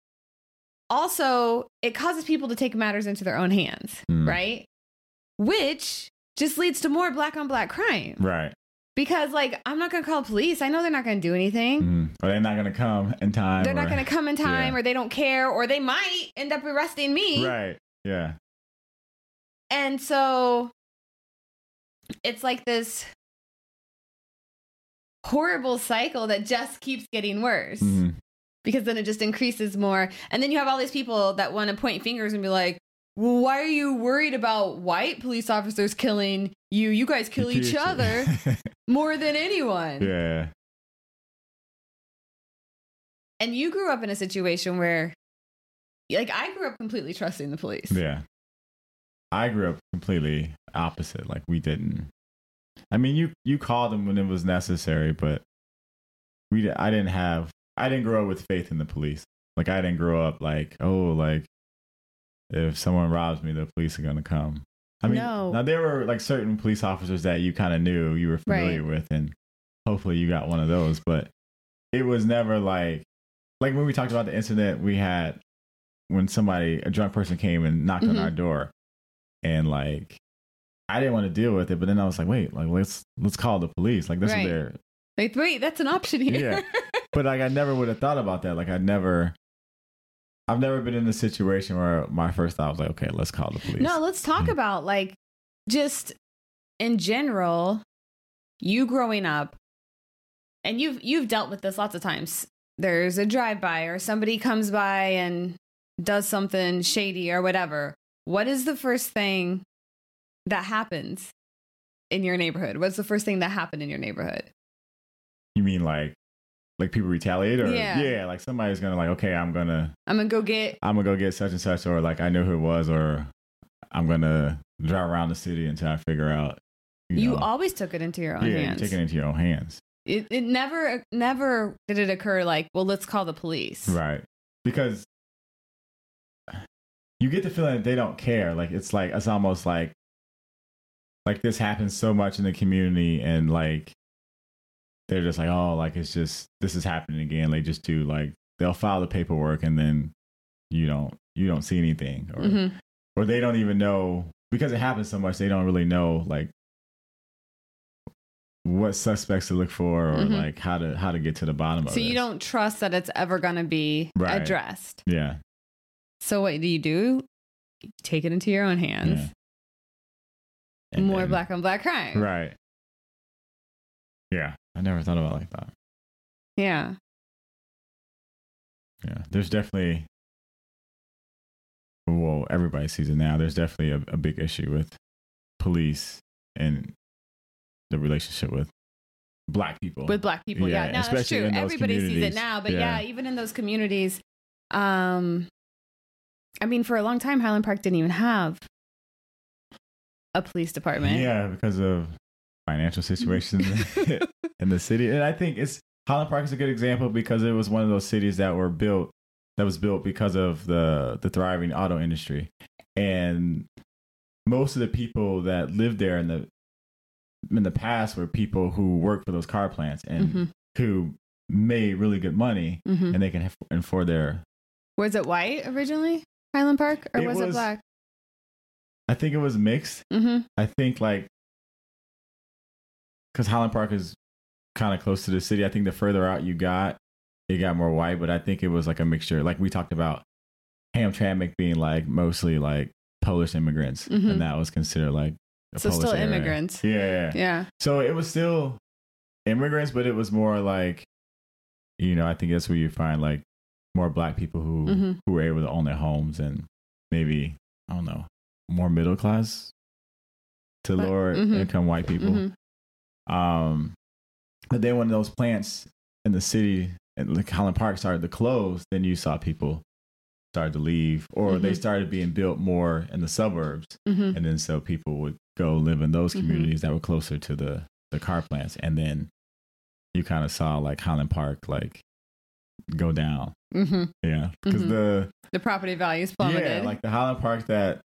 Speaker 3: Also, it causes people to take matters into their own hands,
Speaker 1: Mm.
Speaker 3: right? Which just leads to more black on black crime
Speaker 1: Right.
Speaker 3: because, like, I'm not gonna call the police. I know they're not gonna do anything.
Speaker 1: Mhm. Or they're not gonna come in time.
Speaker 3: They're not
Speaker 1: or- [laughs]
Speaker 3: gonna come in time,
Speaker 1: Yeah.
Speaker 3: or they don't care, or they might end up arresting me.
Speaker 1: Right. Yeah.
Speaker 3: And so it's like this horrible cycle that just keeps getting worse
Speaker 1: Mhm.
Speaker 3: because then it just increases more. And then you have all these people that want to point fingers and be like, well, why are you worried about white police officers killing you? You guys kill each [laughs] other more than
Speaker 1: [laughs]
Speaker 3: anyone.
Speaker 1: yeah.
Speaker 3: And you grew up in a situation where, like, I grew up completely trusting the police.
Speaker 1: Yeah. I grew up completely opposite. Like we didn't. I mean, you you called them when it was necessary, but we di- I didn't have I didn't grow up with faith in the police. Like I didn't grow up like oh like if someone robs me, the police are gonna come. I mean,
Speaker 3: No.
Speaker 1: now there were like certain police officers that you kind of knew you were familiar with, and hopefully you got one of those. But it was never like like when we talked about the incident we had when somebody a drunk person came and knocked
Speaker 3: Mhm.
Speaker 1: on our door and like i didn't want to deal with it but then i was like wait like let's let's call the police like this
Speaker 3: Right.
Speaker 1: is their
Speaker 3: Like, wait, that's an option here.
Speaker 1: but like i never would have thought about that like i never i've never been in a situation where my first thought was like okay let's call the police
Speaker 3: No, let's talk
Speaker 1: Mhm.
Speaker 3: about like just in general, you growing up, and you've you've dealt with this lots of times. There's a drive by or somebody comes by and does something shady or whatever. What is the first thing that happens in your neighborhood? What's the first thing that happened in your neighborhood?
Speaker 1: you mean like like people retaliate or
Speaker 3: Yeah.
Speaker 1: like somebody's gonna like okay i'm gonna
Speaker 3: I'm gonna go get
Speaker 1: I'm gonna go get such and such, or like I know who it was, or I'm gonna drive around the city until I figure out.
Speaker 3: you,
Speaker 1: know.
Speaker 3: always took it into your own
Speaker 1: yeah, you
Speaker 3: hands.
Speaker 1: take it into your own hands,
Speaker 3: it, it never never did it occur like, well, let's call the police.
Speaker 1: right? Because you get the feeling that they don't care. Like it's like it's almost like like this happens so much in the community, and like they're just like, oh, like it's just this is happening again. They just do like they'll file the paperwork, and then you don't you don't see anything, or
Speaker 3: Mhm.
Speaker 1: or they don't even know because it happens so much they don't really know like what suspects to look for or
Speaker 3: Mhm.
Speaker 1: like how to how to get to the bottom of it
Speaker 3: So you don't trust that it's ever going to be
Speaker 1: Right.
Speaker 3: addressed.
Speaker 1: yeah
Speaker 3: So what do you do? You Take it into your own hands.
Speaker 1: And
Speaker 3: More
Speaker 1: then-
Speaker 3: black on black crime.
Speaker 1: right yeah i never thought about it like that
Speaker 3: Yeah.
Speaker 1: yeah there's definitely well everybody sees it now there's definitely a, a big issue with police and the relationship with black people
Speaker 3: With black people.
Speaker 1: Yeah,
Speaker 3: Yeah. No, that's
Speaker 1: especially
Speaker 3: true.
Speaker 1: in those
Speaker 3: Everybody sees it
Speaker 1: communities.
Speaker 3: now. But yeah.
Speaker 1: Yeah.
Speaker 3: even in those communities, um, I mean, for a long time, Highland Park didn't even have a police department.
Speaker 1: Yeah, because of financial
Speaker 3: [laughs]
Speaker 1: situations in the city. And I think it's Holland Park is a good example because it was one of those cities that were built that was built because of the the thriving auto industry. And most of the people that lived there in the in the past were people who worked for those car plants [laughs] and
Speaker 3: Mhm.
Speaker 1: who made really good money
Speaker 3: Mhm.
Speaker 1: and they can have and for their
Speaker 3: Was it white originally, Highland Park, or
Speaker 1: It
Speaker 3: was, it
Speaker 1: was-
Speaker 3: black?
Speaker 1: I think it was mixed
Speaker 3: hmm
Speaker 1: I think like because Holland Park is kind of close to the city. I think the further out you got, it got more white. But I think it was like a mixture. Like we talked about Hamtramck being like mostly like Polish immigrants,
Speaker 3: Mhm.
Speaker 1: and that was considered like a
Speaker 3: So
Speaker 1: Polish
Speaker 3: still
Speaker 1: area.
Speaker 3: immigrants.
Speaker 1: Yeah, yeah, yeah.
Speaker 3: Yeah.
Speaker 1: So it was still immigrants, but it was more like you know I think that's where you find like more black people who
Speaker 3: hmm
Speaker 1: who were able to own their homes and maybe I don't know more middle class to
Speaker 3: But-
Speaker 1: lower
Speaker 3: mhm.
Speaker 1: income white people.
Speaker 3: Mhm.
Speaker 1: Um, but then when those plants in the city and like Holland Park started to close, then you saw people started to leave, or they
Speaker 3: Mhm.
Speaker 1: started being built more in the suburbs,
Speaker 3: hmm
Speaker 1: and then so people would go live in those
Speaker 3: Mhm.
Speaker 1: communities that were closer to the the car plants, and then you kind of saw like Holland Park like go down,
Speaker 3: hmm
Speaker 1: yeah, because
Speaker 3: Mhm.
Speaker 1: the
Speaker 3: The property values plummeted.
Speaker 1: yeah, like the Highland Park that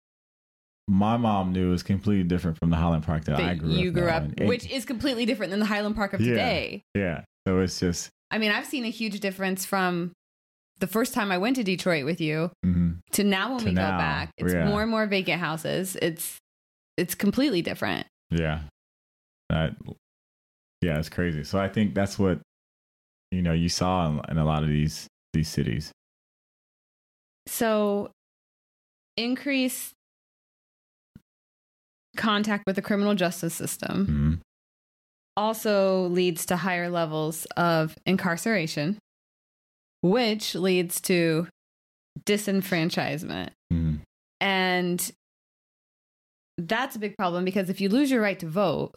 Speaker 1: my mom knew is completely different from the Highland Park that,
Speaker 3: that
Speaker 1: I grew
Speaker 3: you
Speaker 1: up.
Speaker 3: grew
Speaker 1: now
Speaker 3: up,
Speaker 1: in. It-
Speaker 3: which is completely different than the Highland Park of
Speaker 1: Yeah.
Speaker 3: today.
Speaker 1: yeah, so it's just
Speaker 3: I mean, I've seen a huge difference from the first time I went to Detroit with you
Speaker 1: mhm.
Speaker 3: to now when
Speaker 1: To
Speaker 3: we go
Speaker 1: now,
Speaker 3: back. It's
Speaker 1: yeah.
Speaker 3: more and more vacant houses. It's it's completely different.
Speaker 1: yeah, that yeah, it's crazy. So I think that's what you know you saw in, in a lot of these these cities.
Speaker 3: So increase contact with the criminal justice system
Speaker 1: Mhm.
Speaker 3: also leads to higher levels of incarceration, which leads to disenfranchisement.
Speaker 1: Mhm.
Speaker 3: And that's a big problem because if you lose your right to vote,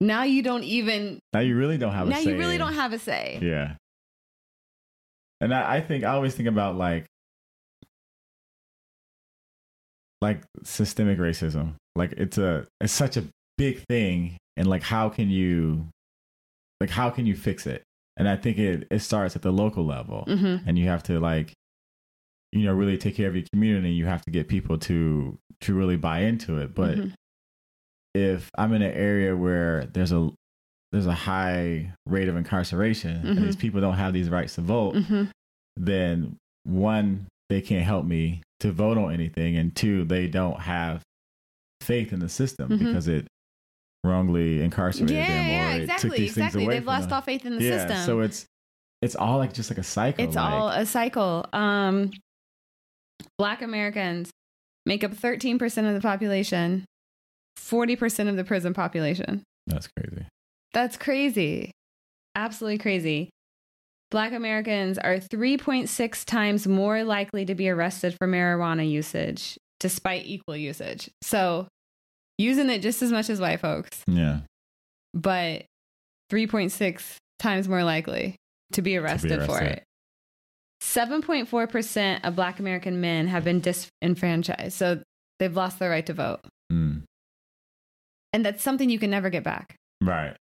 Speaker 3: now you don't even
Speaker 1: Now you really don't have a
Speaker 3: now
Speaker 1: say.
Speaker 3: you really don't have a say.
Speaker 1: Yeah. And I, I think I always think about like like systemic racism. Like it's a it's such a big thing and like how can you like how can you fix it? And I think it it starts at the local level
Speaker 3: hmm
Speaker 1: and you have to like you know really take care of your community you have to get people to to really buy into it but
Speaker 3: Mhm.
Speaker 1: if i'm in an area where there's a there's a high rate of incarceration
Speaker 3: Mhm.
Speaker 1: and these people don't have these rights to vote
Speaker 3: hmm
Speaker 1: then one they can't help me to vote on anything and two they don't have faith in the system
Speaker 3: Mhm.
Speaker 1: because it wrongly incarcerated them or
Speaker 3: Yeah, yeah,
Speaker 1: it took
Speaker 3: exactly,
Speaker 1: these things
Speaker 3: exactly.
Speaker 1: away
Speaker 3: They've
Speaker 1: from
Speaker 3: lost
Speaker 1: them.
Speaker 3: all faith in the
Speaker 1: yeah
Speaker 3: system.
Speaker 1: so it's it's all like just like a cycle
Speaker 3: It's
Speaker 1: like-
Speaker 3: all a cycle. Um, black Americans make up 13% of the population, 40% of the prison population.
Speaker 1: that's crazy
Speaker 3: That's crazy. Absolutely crazy. Black Americans are 3.6 times more likely to be arrested for marijuana usage despite equal usage. So, using it just as much as white folks,
Speaker 1: yeah
Speaker 3: but 3.6 times more likely to be arrested, for
Speaker 1: arrested.
Speaker 3: it. 7.4% of black American men have been disenfranchised. So, they've lost their right to vote.
Speaker 1: Mm,
Speaker 3: And that's something you can never get back.
Speaker 1: right.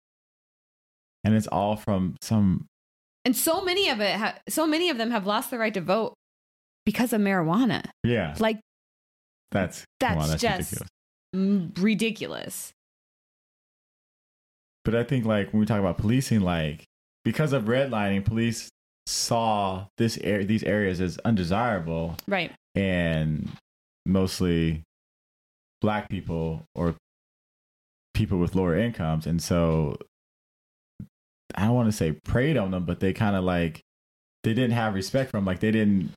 Speaker 1: And it's all from some
Speaker 3: and so many of it ha- so many of them have lost the right to vote because of marijuana
Speaker 1: yeah.
Speaker 3: like
Speaker 1: That's
Speaker 3: that's,
Speaker 1: come on, that's
Speaker 3: just
Speaker 1: ridiculous.
Speaker 3: m- ridiculous
Speaker 1: But I think like when we talk about policing, like because of redlining, police saw this ar- these areas as undesirable,
Speaker 3: right
Speaker 1: and mostly black people or people with lower incomes, and so I don't want to say preyed on them, but they kind of like they didn't have respect for them, like they didn't.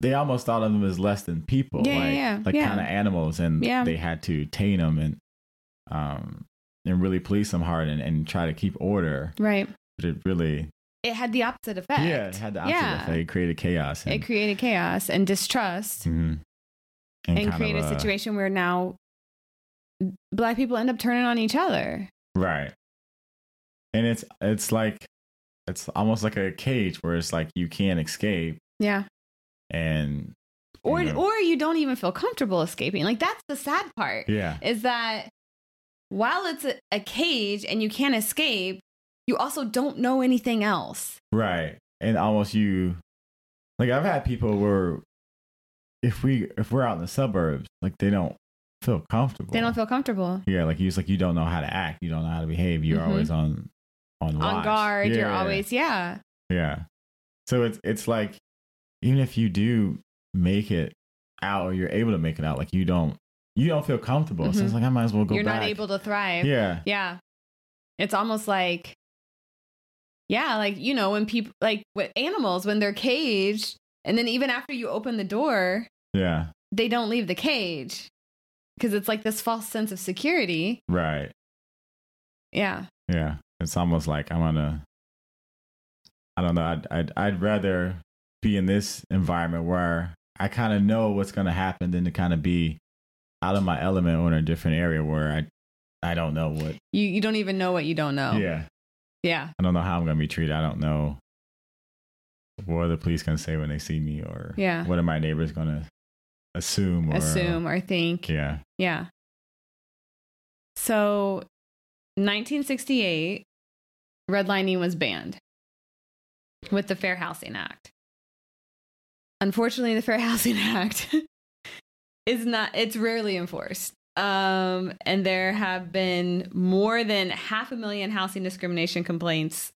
Speaker 1: They almost thought of them as less than people,
Speaker 3: Yeah, yeah,
Speaker 1: like
Speaker 3: yeah,
Speaker 1: like
Speaker 3: yeah.
Speaker 1: kind of animals, and
Speaker 3: Yeah.
Speaker 1: they had to tame them and um and really police them hard and, and try to keep order.
Speaker 3: right
Speaker 1: But it really,
Speaker 3: it had the opposite effect
Speaker 1: yeah, it had the opposite
Speaker 3: Yeah.
Speaker 1: effect. It created chaos.
Speaker 3: it
Speaker 1: And,
Speaker 3: created chaos and distrust
Speaker 1: Mhm. And kind
Speaker 3: and
Speaker 1: of uh,
Speaker 3: created a situation where now black people end up turning on each other
Speaker 1: right? And it's it's like it's almost like a cage where it's like you can't escape,
Speaker 3: yeah
Speaker 1: and
Speaker 3: or
Speaker 1: Yeah.
Speaker 3: or you don't even feel comfortable escaping like that's the sad part
Speaker 1: yeah,
Speaker 3: is that while it's a, a cage and you can't escape, you also don't know anything else.
Speaker 1: right and almost you like i've had people where if we if we're out in the suburbs like they don't feel comfortable
Speaker 3: They don't feel comfortable.
Speaker 1: yeah like you just like you don't know how to act you don't know how to behave you're
Speaker 3: Mhm.
Speaker 1: always on on,
Speaker 3: On
Speaker 1: watch.
Speaker 3: guard, you're
Speaker 1: Yeah,
Speaker 3: always, yeah.
Speaker 1: yeah so it's it's like even if you do make it out or you're able to make it out like you don't you don't feel comfortable so it's like i might as well go
Speaker 3: Mm-hmm. You're
Speaker 1: back
Speaker 3: not able to thrive.
Speaker 1: yeah
Speaker 3: Yeah. It's almost like, yeah, like, you know, when people, like with animals, when they're caged, and then even after you open the door,
Speaker 1: yeah
Speaker 3: they don't leave the cage because it's like this false sense of security.
Speaker 1: right
Speaker 3: Yeah.
Speaker 1: Yeah, it's almost like I'm on a. I don't know. I'd I'd, I'd rather be in this environment where I kind of know what's going to happen than to kind of be out of my element or in a different area where I I don't know what.
Speaker 3: You, you don't even know what you don't know.
Speaker 1: Yeah,
Speaker 3: Yeah.
Speaker 1: I don't know how I'm going to be treated. I don't know what are the police going to say when they see me, or
Speaker 3: Yeah.
Speaker 1: what are my neighbors going to assume? Or,
Speaker 3: Assume or think.
Speaker 1: Yeah.
Speaker 3: Yeah. So 1968, redlining was banned with the Fair Housing Act. Unfortunately, the Fair [laughs] Housing Act is not, it's rarely enforced. Um, and there have been more than half a million housing discrimination complaints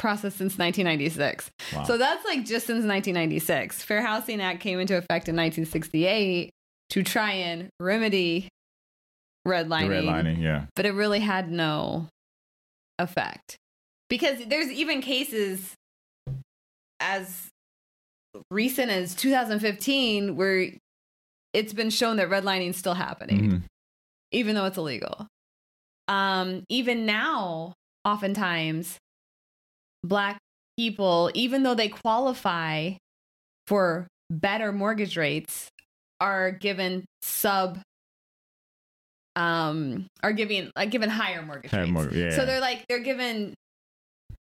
Speaker 3: processed since 1996.
Speaker 1: Wow.
Speaker 3: So that's like just since 1996. Fair Housing Act came into effect in 1968 to try and remedy
Speaker 1: the
Speaker 3: redlining,
Speaker 1: redlining. Yeah.
Speaker 3: but it really had no effect because there's even cases as recent as 2015 where it's been shown that redlining's still happening
Speaker 1: Mhm.
Speaker 3: even though it's illegal. Um, even now, oftentimes, black people, even though they qualify for better mortgage rates, are given sub um are giving like given higher mortgage
Speaker 1: Higher
Speaker 3: rates.
Speaker 1: mor- yeah.
Speaker 3: So they're like they're given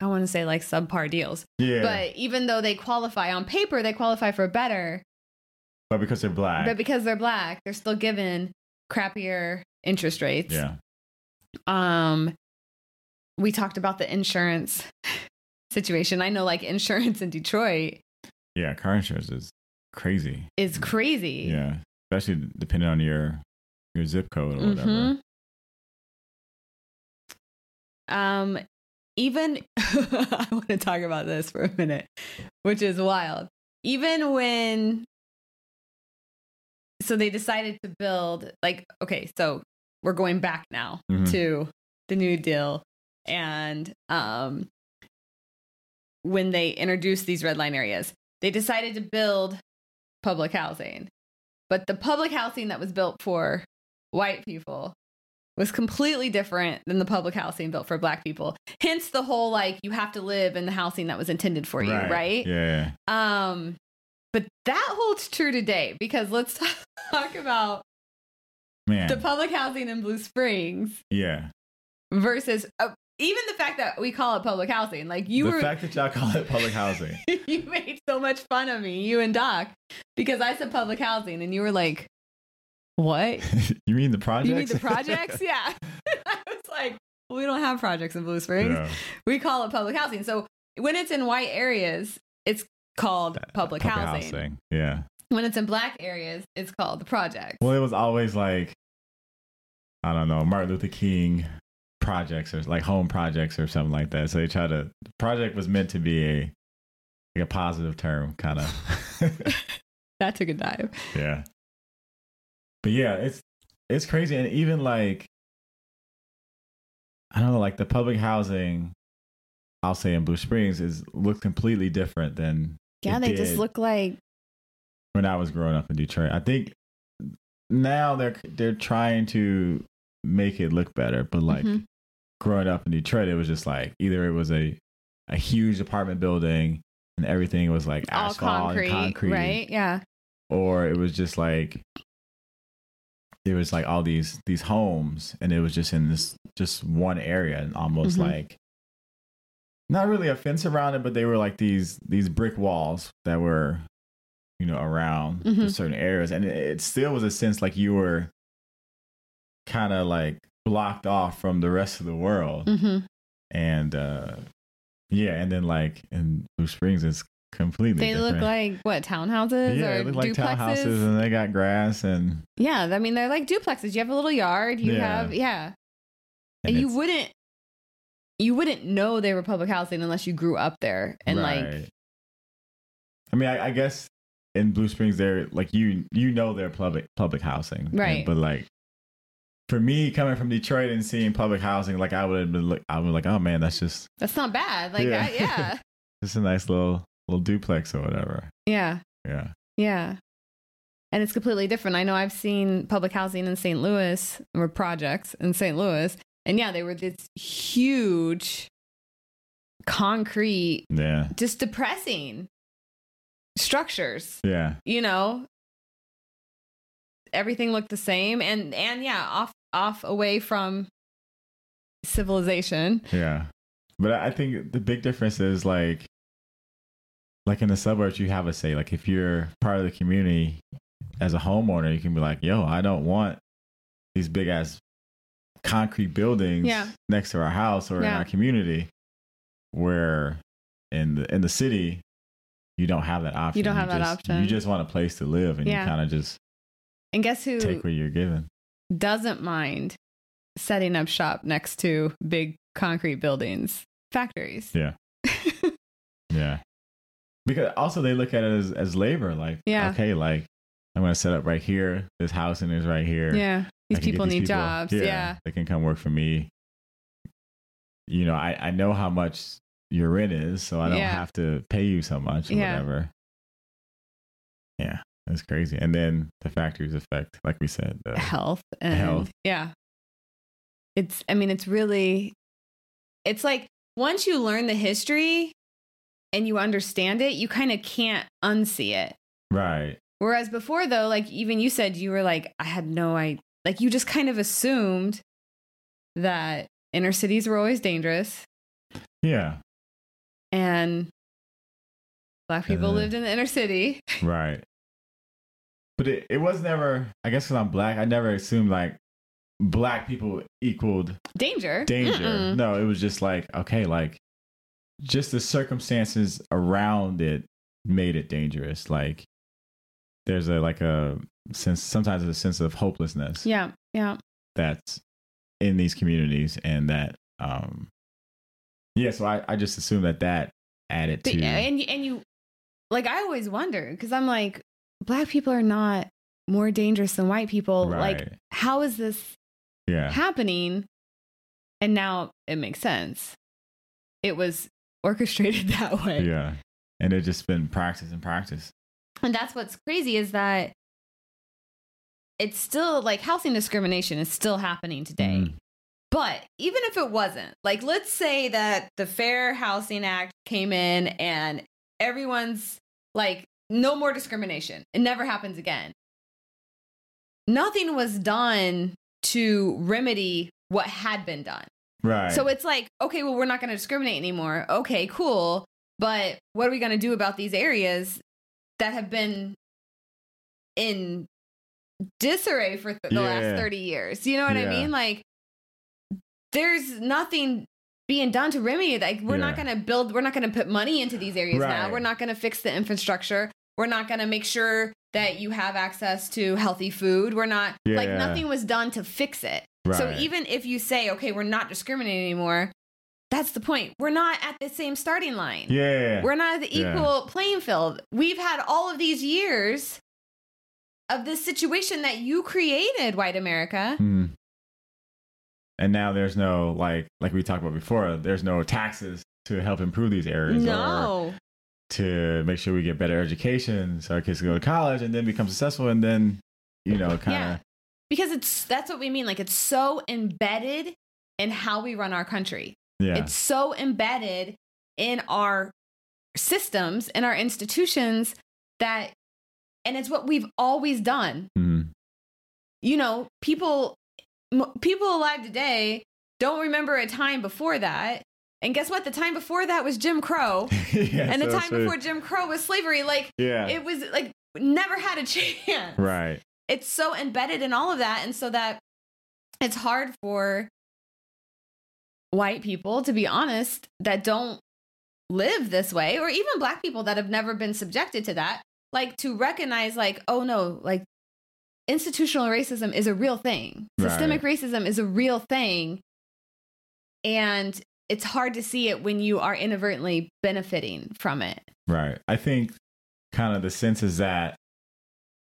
Speaker 3: I want to say like subpar deals.
Speaker 1: yeah. But,
Speaker 3: But even though they qualify on paper, they qualify for better.
Speaker 1: because they're black.
Speaker 3: But because they're black, they're still given crappier interest rates.
Speaker 1: yeah.
Speaker 3: Um we talked about the insurance [laughs] situation. I know like insurance in Detroit
Speaker 1: Yeah. Car insurance is crazy.
Speaker 3: is crazy.
Speaker 1: Yeah. Especially depending on your your zip code or whatever.
Speaker 3: Mhm. Um, even [laughs] I want to talk about this for a minute, which is wild. Even when, so they decided to build like okay, so we're going back now
Speaker 1: Mhm.
Speaker 3: to the New Deal, and um, when they introduced these red line areas, they decided to build public housing, but the public housing that was built for white people was completely different than the public housing built for black people. Hence the whole like you have to live in the housing that was intended for you, right?
Speaker 1: Yeah.
Speaker 3: Um but that holds true today because let's [laughs] talk about
Speaker 1: Man.
Speaker 3: the public housing in Blue Springs
Speaker 1: yeah.
Speaker 3: versus uh, even the fact that we call it public housing. Like you
Speaker 1: the
Speaker 3: were
Speaker 1: fact that y'all call it public housing.
Speaker 3: [laughs]
Speaker 1: [laughs]
Speaker 3: you made so much fun of me, you and Doc, because I said public housing and you were like, "What?
Speaker 1: you mean the projects? [laughs]
Speaker 3: You mean the projects? yeah. [laughs] I was like, we don't have projects in Blue Springs.
Speaker 1: Yeah.
Speaker 3: We call it public housing. So when it's in white areas, it's
Speaker 1: Uh,
Speaker 3: called public, housing.
Speaker 1: Yeah.
Speaker 3: When it's in black areas, it's called the project.
Speaker 1: Well, it was always like, I don't know, Martin Luther King projects or like home projects or something like that. So they try to project was meant to be a like a positive term, kind of.
Speaker 3: That took a dive.
Speaker 1: [laughs] yeah. But yeah, it's it's crazy, and even like I don't know, like the public housing, I'll say in Blue Springs is look completely different than
Speaker 3: Yeah,
Speaker 1: it
Speaker 3: they
Speaker 1: did
Speaker 3: just look like
Speaker 1: when I was growing up in Detroit. I think now they're they're trying to make it look better, but like
Speaker 3: Mhm.
Speaker 1: growing up in Detroit, it was just like either it was a a huge apartment building and everything was like
Speaker 3: all
Speaker 1: asphalt
Speaker 3: concrete,
Speaker 1: and concrete,
Speaker 3: right? Yeah.
Speaker 1: or it was just like it was like all these these homes, and it was just in this just one area, and almost
Speaker 3: Mhm.
Speaker 1: like not really a fence around it, but they were like these these brick walls that were you know around the
Speaker 3: Mhm.
Speaker 1: certain areas, and it, it still was a sense like you were kind of like blocked off from the rest of the world,
Speaker 3: hmm
Speaker 1: and uh yeah, and then like in Blue Springs, it's completely
Speaker 3: They
Speaker 1: different.
Speaker 3: look like what townhouses
Speaker 1: Yeah,
Speaker 3: or
Speaker 1: it looked like
Speaker 3: duplexes.
Speaker 1: townhouses, and they got grass, and,
Speaker 3: yeah, I mean they're like duplexes. You have a little yard. You
Speaker 1: Yeah.
Speaker 3: have yeah.
Speaker 1: and
Speaker 3: and you
Speaker 1: it's-
Speaker 3: wouldn't you wouldn't know they were public housing unless you grew up there and like
Speaker 1: Right. I mean, I, I guess in Blue Springs, they're like you, you know, they're public public housing, and-
Speaker 3: Right.
Speaker 1: but like for me, coming from Detroit and seeing public housing, like I would have been, like, I would like, oh man, that's just
Speaker 3: that's not bad like
Speaker 1: Yeah. [laughs]
Speaker 3: I, yeah
Speaker 1: just a nice little little duplex or whatever.
Speaker 3: yeah
Speaker 1: Yeah,
Speaker 3: yeah and it's completely different i know i've seen public housing in st louis or projects in st louis and yeah they were this huge concrete
Speaker 1: yeah,
Speaker 3: just depressing structures
Speaker 1: yeah.
Speaker 3: you know everything looked the same and and yeah off off away from civilization
Speaker 1: Yeah. But I I think the big difference is like like in the suburbs you have a say. Like if you're part of the community as a homeowner, you can be like, yo, I don't want these big ass concrete buildings
Speaker 3: Yeah.
Speaker 1: next to our house or in
Speaker 3: Yeah.
Speaker 1: our community where in the in the city you don't have that option.
Speaker 3: don't have that
Speaker 1: just-
Speaker 3: option.
Speaker 1: You just want a place to live and
Speaker 3: Yeah.
Speaker 1: you kinda just
Speaker 3: and guess who
Speaker 1: take what you're given.
Speaker 3: doesn't mind setting up shop next to big concrete buildings factories
Speaker 1: Yeah. Yeah. Because also they look at it as, as labor, like
Speaker 3: Yeah.
Speaker 1: okay, like I'm gonna set up right here, this housing is right here.
Speaker 3: yeah
Speaker 1: I
Speaker 3: these
Speaker 1: can get
Speaker 3: people need
Speaker 1: people-
Speaker 3: jobs yeah
Speaker 1: They can come work for me. You know, I, I know how much your rent is, so I don't
Speaker 3: Yeah.
Speaker 1: have to pay you so much or
Speaker 3: Yeah.
Speaker 1: whatever. Yeah, that's crazy. And then the factories affect, like we said, the,
Speaker 3: health and
Speaker 1: Health.
Speaker 3: yeah it's i mean it's really it's like once you learn the history and you understand it you kind of can't unsee it
Speaker 1: right.
Speaker 3: Whereas before, though, like even you said, you were like, I had no idea. Like you just kind of assumed that inner cities were always dangerous
Speaker 1: Yeah.
Speaker 3: and black people
Speaker 1: Uh.
Speaker 3: lived in the inner city. [laughs]
Speaker 1: Right. But it, it was never, I guess because I'm black, I never assumed like black people equaled
Speaker 3: Danger.
Speaker 1: danger.
Speaker 3: Mm-mm.
Speaker 1: No, it was just like, okay, like just the circumstances around it made it dangerous. Like there's a, like a sense, sometimes a sense of hopelessness
Speaker 3: Yeah. Yeah.
Speaker 1: that's in these communities and that, um, yeah, so I, I just assumed that that added
Speaker 3: But,
Speaker 1: to,
Speaker 3: and you- and you like I always wonder because I'm like black people are not more dangerous than white people. Like
Speaker 1: right.
Speaker 3: how is this
Speaker 1: yeah.
Speaker 3: happening? And now it makes sense. It was orchestrated [laughs] that way.
Speaker 1: Yeah. And it just been practice and practice.
Speaker 3: And that's what's crazy is that it's still like housing discrimination is still happening today.
Speaker 1: Mhm.
Speaker 3: But even if it wasn't, like let's say that the Fair Housing Act came in and everyone's like no more discrimination. It never happens again. Nothing was done to remedy what had been done.
Speaker 1: Right.
Speaker 3: So it's like, okay, well, we're not going to discriminate anymore. Okay, cool. But what are we going to do about these areas that have been in disarray for th- the
Speaker 1: Yeah.
Speaker 3: last 30 years? You know what
Speaker 1: Yeah.
Speaker 3: I mean? Like, there's nothing being done to remedy that. Like, we're not
Speaker 1: Yeah.
Speaker 3: going to build, we're not going to put money into these areas now.
Speaker 1: Right.
Speaker 3: We're not going to fix the infrastructure. We're not going to make sure that you have access to healthy food. We're not, like,
Speaker 1: Yeah.
Speaker 3: nothing was done to fix it.
Speaker 1: right.
Speaker 3: So even if you say, okay, we're not discriminating anymore, that's the point. We're not at the same starting line.
Speaker 1: yeah.
Speaker 3: We're not at the
Speaker 1: Yeah.
Speaker 3: equal playing field. We've had all of these years of this situation that you created, white America.
Speaker 1: Hmm. And now there's no like like we talked about before, there's no taxes to help improve these areas or
Speaker 3: No.
Speaker 1: to make sure we get better education so our kids can go to college and then become successful and then you know
Speaker 3: Yeah.
Speaker 1: kind
Speaker 3: Because it's that's what we mean. Like it's so embedded in how we run our country.
Speaker 1: of yeah.
Speaker 3: It's so embedded in our systems, in our institutions that and it's what we've always done.
Speaker 1: Mhm.
Speaker 3: you know, people m- people alive today don't remember a time before that. And guess what? The time before that was Jim
Speaker 1: [laughs]
Speaker 3: Crow,
Speaker 1: [laughs] Yeah,
Speaker 3: and the
Speaker 1: so
Speaker 3: time
Speaker 1: true.
Speaker 3: before Jim Crow was slavery. Like
Speaker 1: Yeah.
Speaker 3: it was like never had a [laughs] chance.
Speaker 1: right.
Speaker 3: It's so embedded in all of that, and so that it's hard for white people, to be honest, that don't live this way, or even black people that have never been subjected to that, like to recognize, like, oh no, like institutional racism is a real thing.
Speaker 1: Right.
Speaker 3: Systemic racism is a real thing. And it's hard to see it when you are inadvertently benefiting from it.
Speaker 1: Right. I think kind of the sense is that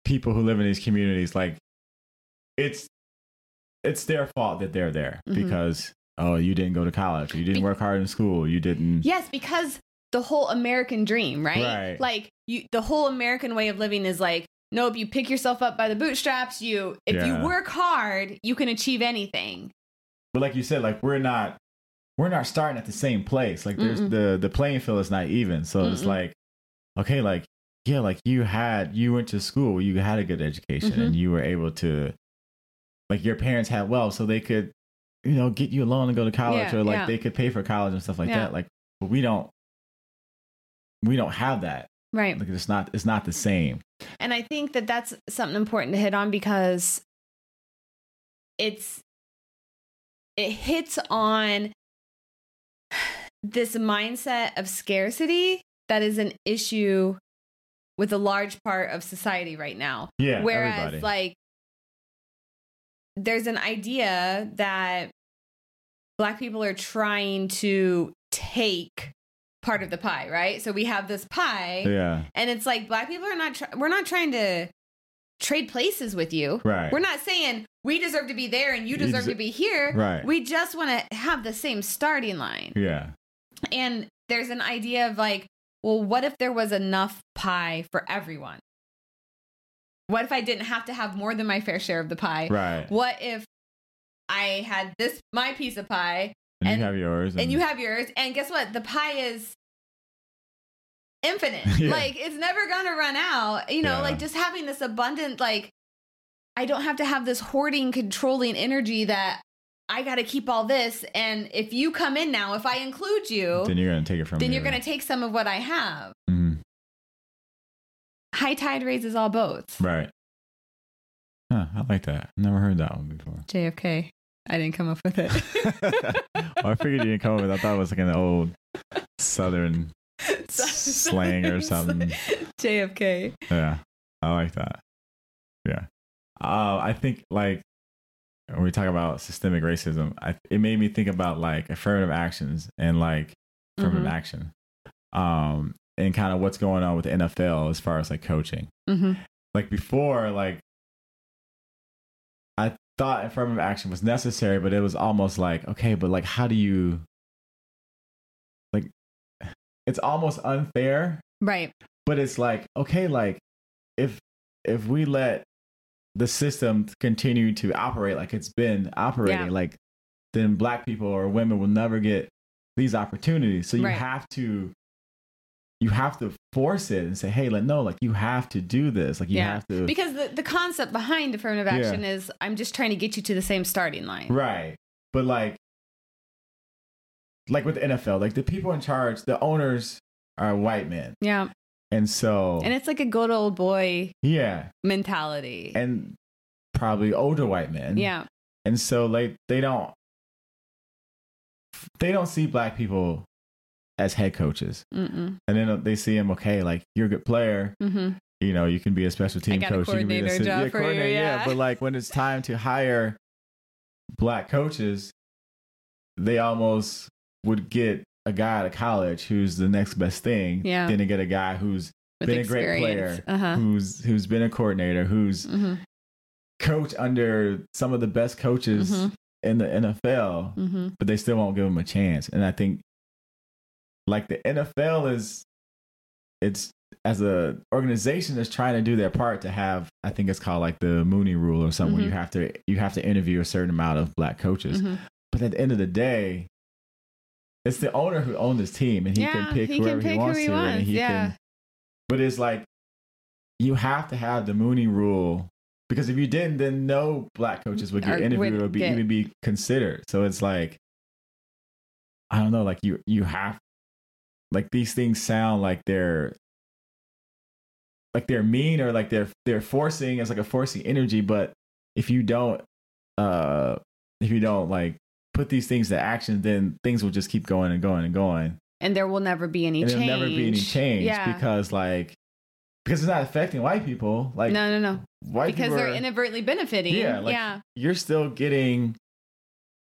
Speaker 1: people who live in these communities, like it's it's their fault that they're there
Speaker 3: Mhm.
Speaker 1: because oh, you didn't go to college, you didn't
Speaker 3: Be-
Speaker 1: work hard in school, you didn't
Speaker 3: Yes, because the whole American dream, right?
Speaker 1: Right.
Speaker 3: Like you the whole American way of living is like, nope, you pick yourself up by the bootstraps, you if
Speaker 1: Yeah.
Speaker 3: you work hard, you can achieve anything.
Speaker 1: But like you said, like we're not we're not starting at the same place. Like there's
Speaker 3: Mm-mm.
Speaker 1: the the playing field is not even. So it's
Speaker 3: Mm-mm.
Speaker 1: like okay, like yeah, like you had you went to school, you had a good education
Speaker 3: Mhm.
Speaker 1: and you were able to like your parents had wealth so they could you know get you a loan and go to college
Speaker 3: Yeah,
Speaker 1: or like
Speaker 3: yeah.
Speaker 1: they could pay for college and stuff like
Speaker 3: Yeah.
Speaker 1: that. Like but we don't we don't have that.
Speaker 3: Right.
Speaker 1: Like it's not it's not the same.
Speaker 3: And I think that that's something important to hit on because it's it hits on this mindset of scarcity that is an issue with a large part of society right now.
Speaker 1: Yeah.
Speaker 3: Whereas,
Speaker 1: everybody.
Speaker 3: like, there's an idea that black people are trying to take part of the pie, right? So we have this pie,
Speaker 1: yeah.
Speaker 3: and it's like black people are not. Try- we're not trying to trade places with you.
Speaker 1: Right.
Speaker 3: We're not saying we deserve to be there and you
Speaker 1: You
Speaker 3: deserve
Speaker 1: dese-
Speaker 3: to be here.
Speaker 1: Right.
Speaker 3: We just want to have the same starting line.
Speaker 1: yeah.
Speaker 3: And there's an idea of like, well, what if there was enough pie for everyone? What if I didn't have to have more than my fair share of the pie?
Speaker 1: Right.
Speaker 3: What if I had this, my piece of pie,
Speaker 1: and,
Speaker 3: and-
Speaker 1: you have yours
Speaker 3: and you have yours? And guess what? The pie is infinite.
Speaker 1: [laughs] Yeah.
Speaker 3: Like it's never gonna run out. You know,
Speaker 1: Yeah.
Speaker 3: like just having this abundant, like I don't have to have this hoarding, controlling energy that I gotta keep all this. And if you come in now, if I include you,
Speaker 1: Then you're gonna take it from.
Speaker 3: then you're gonna take some of what I have.
Speaker 1: hmm
Speaker 3: High tide raises all boats.
Speaker 1: Right. Huh, I like that. Never heard that one before. [laughs]
Speaker 3: JFK. I didn't come up with it.
Speaker 1: Well, Oh, I
Speaker 3: [laughs]
Speaker 1: figured you didn't come up with. I thought it was like an old Southern slang
Speaker 3: [laughs]
Speaker 1: or something.
Speaker 3: JFK.
Speaker 1: Yeah, I like that. Yeah, uh, I think like when we talk about systemic racism, I, it made me think about like affirmative actions and like affirmative
Speaker 3: Mhm.
Speaker 1: action, um, and kind of what's going on with the NFL as far as like coaching.
Speaker 3: Mm-hmm.
Speaker 1: Like before, like I thought affirmative action was necessary, but it was almost like okay, but like how do you like? It's almost unfair
Speaker 3: Mm-hmm. Right.
Speaker 1: but it's like okay like if if we let the system continue to operate like it's been operating
Speaker 3: Yeah.
Speaker 1: like then black people or women will never get these opportunities so you
Speaker 3: Right.
Speaker 1: have to you have to force it and say hey like no like you have to do this like you
Speaker 3: Yeah.
Speaker 1: have to
Speaker 3: Because the, the concept behind affirmative
Speaker 1: Yeah.
Speaker 3: action is I'm just trying to get you to the same starting line.
Speaker 1: right but like like with the nfl like the people in charge the owners are white men
Speaker 3: Yeah.
Speaker 1: and so
Speaker 3: And it's like a good old boy
Speaker 1: yeah
Speaker 3: mentality.
Speaker 1: and probably older white men
Speaker 3: yeah.
Speaker 1: and so like they don't they don't see black people as head coaches
Speaker 3: Mm-mm.
Speaker 1: and then they see him okay like you're a good player
Speaker 3: Mm-hmm.
Speaker 1: you know you can be a special team
Speaker 3: got a
Speaker 1: coach you can be an
Speaker 3: coordinator
Speaker 1: assist-
Speaker 3: job for you, yeah.
Speaker 1: but like when it's time to hire black coaches they almost would get a guy out of college who's the next best thing
Speaker 3: Yeah.
Speaker 1: then to get a guy who's
Speaker 3: With
Speaker 1: Been a great
Speaker 3: experience. Uh huh.
Speaker 1: who's who's been a coordinator who's
Speaker 3: Mm-hmm.
Speaker 1: coached under some of the best coaches
Speaker 3: Mhm.
Speaker 1: in the NFL
Speaker 3: Mm-hmm.
Speaker 1: but they still won't give him a chance. And I think like the NFL is it's as a organization that's trying to do their part to have I think it's called like the Mooney rule or something where you have to you have to interview a certain amount of black coaches.
Speaker 3: Mm-hmm.
Speaker 1: But at the end of the day, it's the owner who owns his team and he
Speaker 3: Yeah,
Speaker 1: can pick
Speaker 3: he can
Speaker 1: whoever
Speaker 3: pick
Speaker 1: he
Speaker 3: who
Speaker 1: wants
Speaker 3: he
Speaker 1: to. and
Speaker 3: wants,
Speaker 1: he
Speaker 3: yeah.
Speaker 1: can, but it's like you have to have the Mooney rule because if you didn't, then no black coaches would get
Speaker 3: Or
Speaker 1: interviewed
Speaker 3: would
Speaker 1: or be,
Speaker 3: get-
Speaker 1: even be considered. So it's like I don't know, like you you have like these things sound like they're like they're mean or like they're they're forcing it's like a forcing energy, but if you don't uh if you don't like put these things to action, then things will just keep going and going and going.
Speaker 3: And there will never be any
Speaker 1: and
Speaker 3: change.
Speaker 1: there'll never be any change
Speaker 3: Yeah.
Speaker 1: because like because it's not affecting white people. Like
Speaker 3: no, no, no.
Speaker 1: white
Speaker 3: Because
Speaker 1: people
Speaker 3: they're
Speaker 1: are-
Speaker 3: inadvertently benefiting.
Speaker 1: Yeah, like-
Speaker 3: yeah.
Speaker 1: you're still getting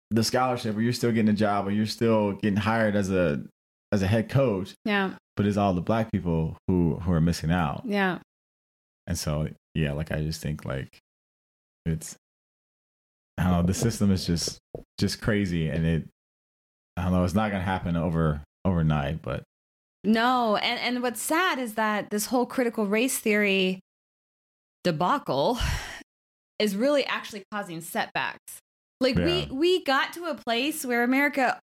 Speaker 1: the scholarship or you're still getting a job or you're still getting hired as a as a head coach,
Speaker 3: Yeah.
Speaker 1: but it's all the black people who who are missing out.
Speaker 3: Yeah.
Speaker 1: And so, yeah, like I just think like it's I don't know, the system is just just crazy and it I don't know, it's not gonna happen over overnight, but
Speaker 3: No, and and what's sad is that this whole critical race theory debacle is really actually causing setbacks. Like
Speaker 1: Yeah.
Speaker 3: we we got to a place where America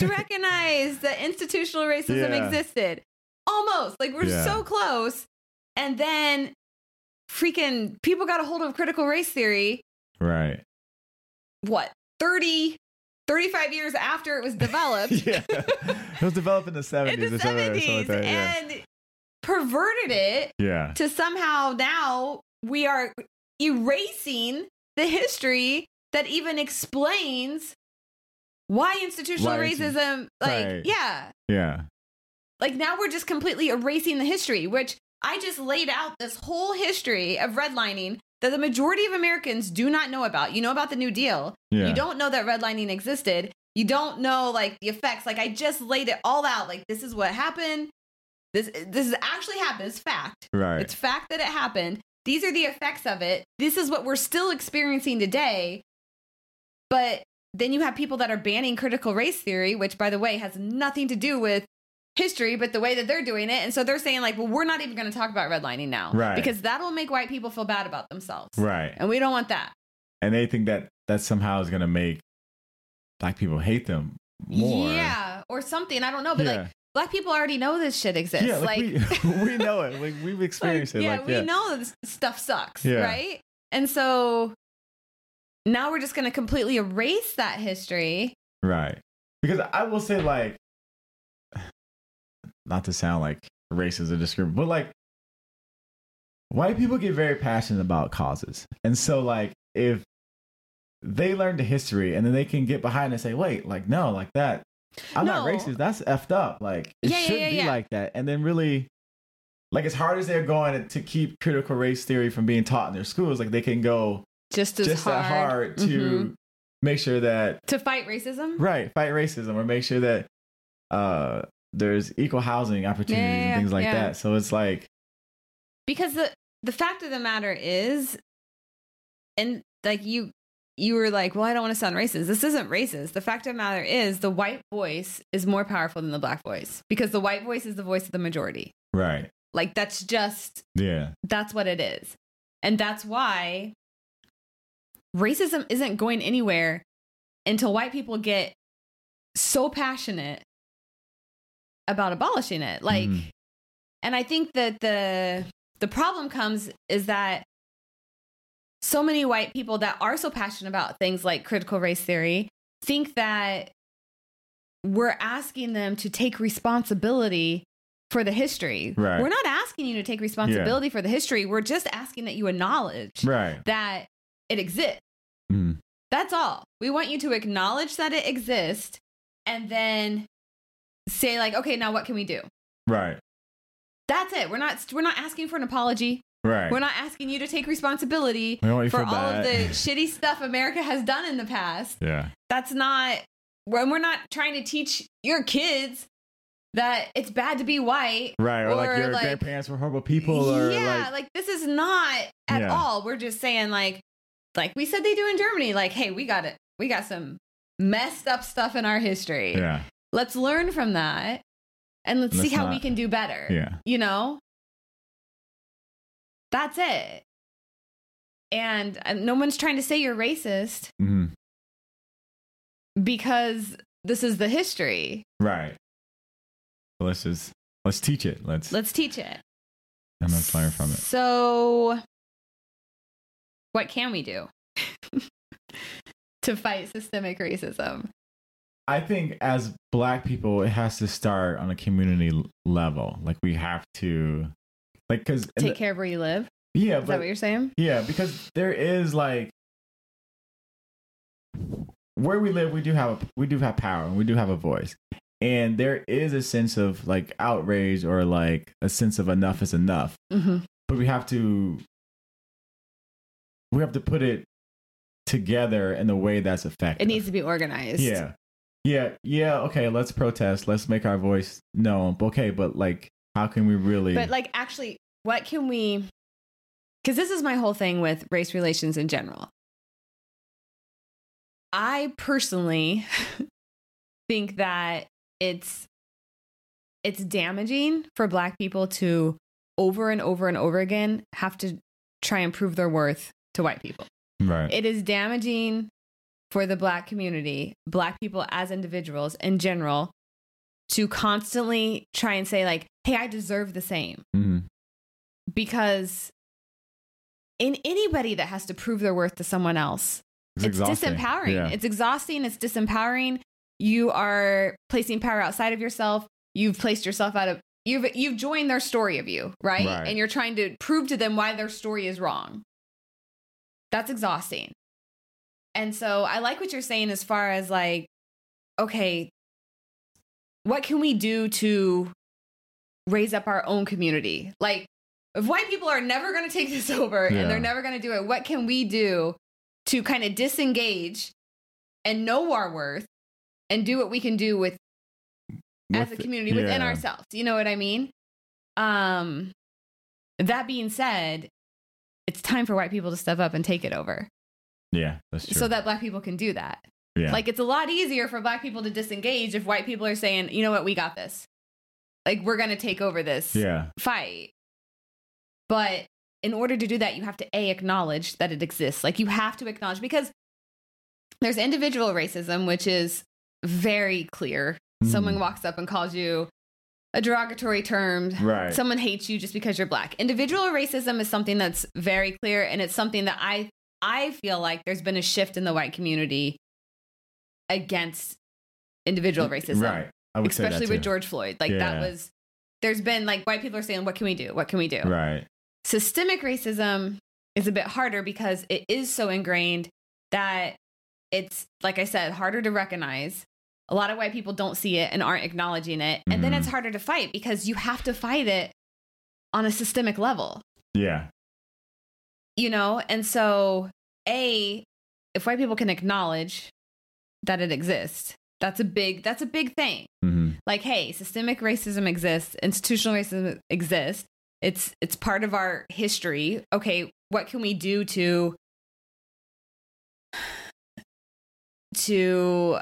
Speaker 1: [laughs]
Speaker 3: recognized that institutional racism
Speaker 1: Yeah.
Speaker 3: existed. Almost. Like we're
Speaker 1: Yeah.
Speaker 3: so close. And then freaking people got a hold of critical race theory
Speaker 1: right.
Speaker 3: what 30 35 years after
Speaker 1: [laughs]
Speaker 3: it was developed.
Speaker 1: yeah. It was developed in the
Speaker 3: [laughs] in
Speaker 1: seventies
Speaker 3: the
Speaker 1: or something. or something like
Speaker 3: seventies
Speaker 1: that, yeah.
Speaker 3: and perverted it
Speaker 1: yeah.
Speaker 3: to somehow now we are erasing the history that even explains why institutional
Speaker 1: Why institu-
Speaker 3: racism like
Speaker 1: Right.
Speaker 3: yeah
Speaker 1: Yeah.
Speaker 3: like now we're just completely erasing the history which i just laid out this whole history of redlining that the majority of americans do not know about you know about the new deal
Speaker 1: Yeah.
Speaker 3: you don't know that redlining existed. You don't know like the effects. Like I just laid it all out. Like this is what happened. This this is actually happened. It's fact.
Speaker 1: right.
Speaker 3: It's fact that it happened. These are the effects of it. This is what we're still experiencing today. But then you have people that are banning critical race theory, which by the way has nothing to do with history, but the way that they're doing it. And so they're saying like, well, we're not even going to talk about redlining now,
Speaker 1: Right.
Speaker 3: Because that'll make white people feel bad about themselves,
Speaker 1: right.
Speaker 3: and we don't want that.
Speaker 1: and they think that that somehow is going to make black people hate them more.
Speaker 3: Yeah, or something. I don't know, but like
Speaker 1: Yeah.
Speaker 3: black people already know this shit exists.
Speaker 1: yeah,
Speaker 3: [laughs] like,
Speaker 1: like, we, [laughs] we know it. Like we've experienced
Speaker 3: [laughs] like,
Speaker 1: it.
Speaker 3: yeah,
Speaker 1: like
Speaker 3: we
Speaker 1: yeah.
Speaker 3: know that this stuff sucks,
Speaker 1: Yeah.
Speaker 3: right? And so now we're just going to completely erase that history.
Speaker 1: Right. Because I will say, like, [sighs] not to sound like racist or discriminatory, but like, white people get very passionate about causes. And so, like, if they learn the history and then they can get behind and say, wait, like, no, like that, I'm not
Speaker 3: No.
Speaker 1: racist. That's effed up. Like, it
Speaker 3: Yeah, yeah,
Speaker 1: should
Speaker 3: yeah,
Speaker 1: be
Speaker 3: yeah.
Speaker 1: like that. And then, really, like, as hard as they're going to keep critical race theory from being taught in their schools, like, they can go
Speaker 3: Just as
Speaker 1: just
Speaker 3: hard,
Speaker 1: that hard to
Speaker 3: Mhm.
Speaker 1: make sure that
Speaker 3: to fight racism.
Speaker 1: right fight racism or make sure that uh there's equal housing opportunities
Speaker 3: Yeah, yeah,
Speaker 1: and things like
Speaker 3: yeah.
Speaker 1: that so it's like
Speaker 3: because the the fact of the matter is and like you you were like well i don't want to sound racist this isn't racist the fact of the matter is the white voice is more powerful than the black voice because the white voice is the voice of the majority
Speaker 1: right
Speaker 3: like that's just
Speaker 1: yeah
Speaker 3: that's what it is and that's why racism isn't going anywhere until white people get so passionate about abolishing it like
Speaker 1: Mhm.
Speaker 3: and i think that the the problem comes is that so many white people that are so passionate about things like critical race theory think that we're asking them to take responsibility for the history
Speaker 1: Right.
Speaker 3: we're not asking you to take responsibility for the history we're just asking that you acknowledge
Speaker 1: right
Speaker 3: that it exists
Speaker 1: Mhm.
Speaker 3: that's all. We want you to acknowledge that it exists and then say like, okay, now what can we do?
Speaker 1: right
Speaker 3: That's it. We're not we're not asking for an apology.
Speaker 1: right
Speaker 3: We're not asking you to take responsibility
Speaker 1: We don't want you to
Speaker 3: for
Speaker 1: feel
Speaker 3: all of
Speaker 1: [laughs]
Speaker 3: the
Speaker 1: bad.
Speaker 3: shitty stuff America has done in the past.
Speaker 1: [laughs] yeah
Speaker 3: That's not when we're not trying to teach your kids that it's bad to be white.
Speaker 1: right or,
Speaker 3: Or,
Speaker 1: like your
Speaker 3: like-
Speaker 1: grandparents were horrible people or
Speaker 3: yeah,
Speaker 1: like
Speaker 3: like, this is not at
Speaker 1: Yeah.
Speaker 3: all. We're just saying like like we said they do in Germany, like, hey, we got it. We got some messed up stuff in our history.
Speaker 1: yeah
Speaker 3: Let's learn from that and let's see
Speaker 1: Let's
Speaker 3: how we
Speaker 1: not-
Speaker 3: can do better.
Speaker 1: yeah
Speaker 3: You know? That's it. And uh, no one's trying to say you're racist
Speaker 1: hmm
Speaker 3: because this is the history.
Speaker 1: right so let's just let's teach it let's,
Speaker 3: Let's teach it.
Speaker 1: and let's learn from it
Speaker 3: So, what can we do [laughs] to fight systemic racism?
Speaker 1: i think as black people it has to start on a community l- level like we have to like because
Speaker 3: Take care of where you live.
Speaker 1: yeah
Speaker 3: Is
Speaker 1: but
Speaker 3: that what you're saying?
Speaker 1: Yeah, because there is like where we live, we do have a, we do have power and we do have a voice, and there is a sense of like outrage or like a sense of enough is enough.
Speaker 3: Mm-hmm.
Speaker 1: But we have to we have to put it together in a way that's effective.
Speaker 3: It needs to be organized.
Speaker 1: Yeah. Yeah, yeah, okay, let's protest. Let's make our voice known. Okay, but like how can we really
Speaker 3: But like, actually, what can we? Because this is my whole thing with race relations in general. I personally [laughs] think that it's it's damaging for Black people to over and over and over again have to try and prove their worth to white people.
Speaker 1: right.
Speaker 3: It is damaging for the black community, black people as individuals in general, to constantly try and say, like, hey, I deserve the same.
Speaker 1: Mhm.
Speaker 3: Because in anybody that has to prove their worth to someone else,
Speaker 1: It's,
Speaker 3: it's
Speaker 1: exhausting.
Speaker 3: disempowering.
Speaker 1: Yeah.
Speaker 3: It's exhausting. It's disempowering. You are placing power outside of yourself. You've placed yourself out of you've you've joined their story of you, right?
Speaker 1: Right.
Speaker 3: And you're trying to prove to them why their story is wrong. That's exhausting. And so I like what you're saying as far as like, okay, what can we do to raise up our own community? Like, if white people are never going to take this [laughs] over
Speaker 1: Yeah.
Speaker 3: and they're never going to do it, what can we do to kind of disengage and know our worth and do what we can do with, as a
Speaker 1: With-
Speaker 3: community within
Speaker 1: yeah.
Speaker 3: ourselves? You know what I mean? Um, that being said, it's time for white people to step up and take it over
Speaker 1: Yeah, that's true.
Speaker 3: so that black people can do that.
Speaker 1: yeah.
Speaker 3: Like it's a lot easier for black people to disengage if white people are saying, you know what, we got this. Like we're gonna take over this
Speaker 1: Yeah,
Speaker 3: fight. But in order to do that, you have to A acknowledge that it exists. Like you have to acknowledge because there's individual racism, which is very clear. Someone
Speaker 1: Mm.
Speaker 3: walks up and calls you a derogatory term.
Speaker 1: Hmm. Right.
Speaker 3: Someone hates you just because you're black. Individual racism is something that's very clear and it's something that I I feel like there's been a shift in the white community against individual racism.
Speaker 1: Mm, Right. I would say that
Speaker 3: Especially with
Speaker 1: too.
Speaker 3: George Floyd. Like
Speaker 1: Yeah.
Speaker 3: that was there's been like white people are saying, What can we do? What can we do?
Speaker 1: Right.
Speaker 3: systemic racism is a bit harder because it is so ingrained that it's like i said harder to recognize a lot of white people don't see it and aren't acknowledging it and then
Speaker 1: Mhm.
Speaker 3: it's harder to fight because you have to fight it on a systemic level
Speaker 1: Yeah.
Speaker 3: you know and so a if white people can acknowledge that it exists that's a big that's a big thing
Speaker 1: hmm
Speaker 3: like hey systemic racism exists institutional racism exists it's it's part of our history okay what can we do to to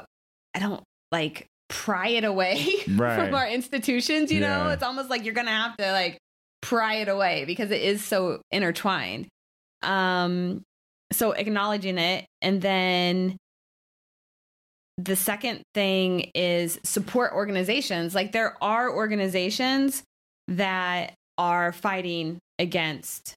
Speaker 3: i don't like pry it away [laughs]
Speaker 1: Right.
Speaker 3: from our institutions you know
Speaker 1: Yeah.
Speaker 3: it's almost like you're gonna have to like pry it away because it is so intertwined um so acknowledging it and then the second thing is support organizations like there are organizations that are fighting against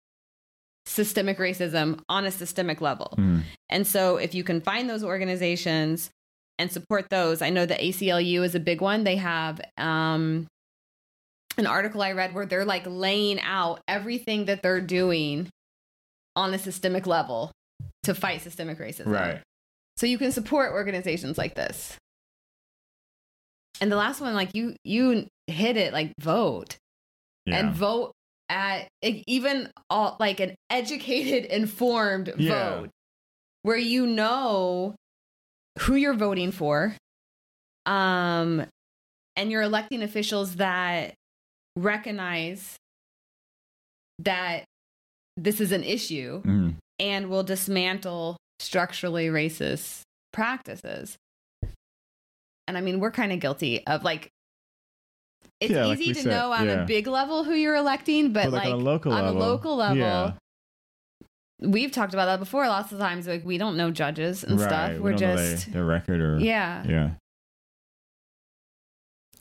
Speaker 3: systemic racism on a systemic level
Speaker 1: Mm.
Speaker 3: and so if you can find those organizations and support those, I know the ACLU is a big one. They have um, an article I read where they're like laying out everything that they're doing on a systemic level to fight systemic racism.
Speaker 1: Right.
Speaker 3: So you can support organizations like this. And the last one, like you, you hit it like vote
Speaker 1: Yeah.
Speaker 3: and vote at e- even all, like an educated, [laughs] informed
Speaker 1: Yeah.
Speaker 3: vote where you know who you're voting for. Um, and you're electing officials that recognize that this is an issue
Speaker 1: Mm.
Speaker 3: and will dismantle structurally racist practices. And I mean, we're kind of guilty of like, it's
Speaker 1: Yeah, like
Speaker 3: easy
Speaker 1: we
Speaker 3: to
Speaker 1: said,
Speaker 3: know on
Speaker 1: yeah.
Speaker 3: a big level who you're electing, but,
Speaker 1: But, like,
Speaker 3: like,
Speaker 1: on a local
Speaker 3: on a
Speaker 1: level.
Speaker 3: local level,
Speaker 1: Yeah.
Speaker 3: we've talked about that before lots of times. Like, we don't know judges and
Speaker 1: Right.
Speaker 3: stuff.
Speaker 1: We
Speaker 3: We're
Speaker 1: don't know their-
Speaker 3: just,
Speaker 1: their record or
Speaker 3: yeah,
Speaker 1: yeah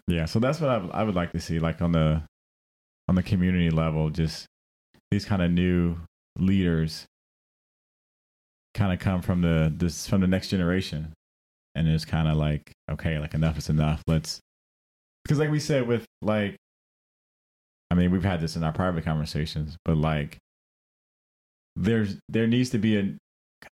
Speaker 1: yeah so that's what I, I would like to see like on the on the community level just these kind of new leaders kind of come from the this from the next generation and it's kind of like okay like enough is enough let's because like we said with like i mean we've had this in our private conversations but like there's there needs to be a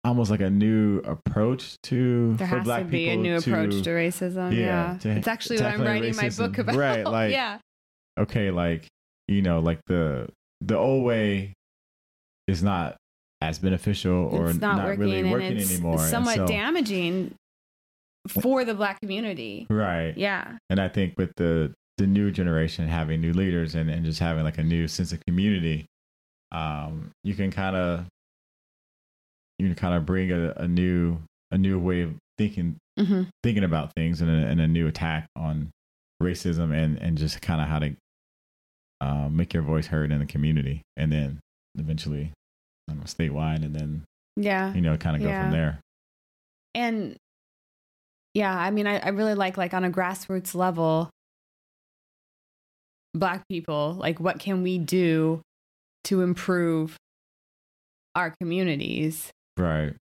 Speaker 1: almost like a new approach to
Speaker 3: there
Speaker 1: for
Speaker 3: has
Speaker 1: black
Speaker 3: to be a
Speaker 1: people
Speaker 3: new approach to racism.
Speaker 1: yeah,
Speaker 3: Yeah.
Speaker 1: to
Speaker 3: it's actually what I'm
Speaker 1: tackling
Speaker 3: writing my
Speaker 1: racism.
Speaker 3: book about.
Speaker 1: Right, like-
Speaker 3: yeah.
Speaker 1: okay, like you know, like the the old way is not as beneficial or
Speaker 3: it's
Speaker 1: not,
Speaker 3: not, working,
Speaker 1: really
Speaker 3: and
Speaker 1: working
Speaker 3: it's
Speaker 1: anymore. and
Speaker 3: somewhat
Speaker 1: so-
Speaker 3: damaging for the black community.
Speaker 1: Right.
Speaker 3: Yeah.
Speaker 1: And I think with the the new generation having new leaders and, and just having like a new sense of community, um, you can kind of you can kind of bring a, a new a new way of thinking
Speaker 3: Mm-hmm.
Speaker 1: thinking about things and a, and a new attack on racism and, and just kind of how to uh, make your voice heard in the community and then eventually I don't know, statewide and then
Speaker 3: Yeah.
Speaker 1: you know kind of go
Speaker 3: Yeah.
Speaker 1: from there
Speaker 3: And yeah, I mean, I, I really like, like, on a grassroots level, black people, like, what can we do to improve our communities,
Speaker 1: right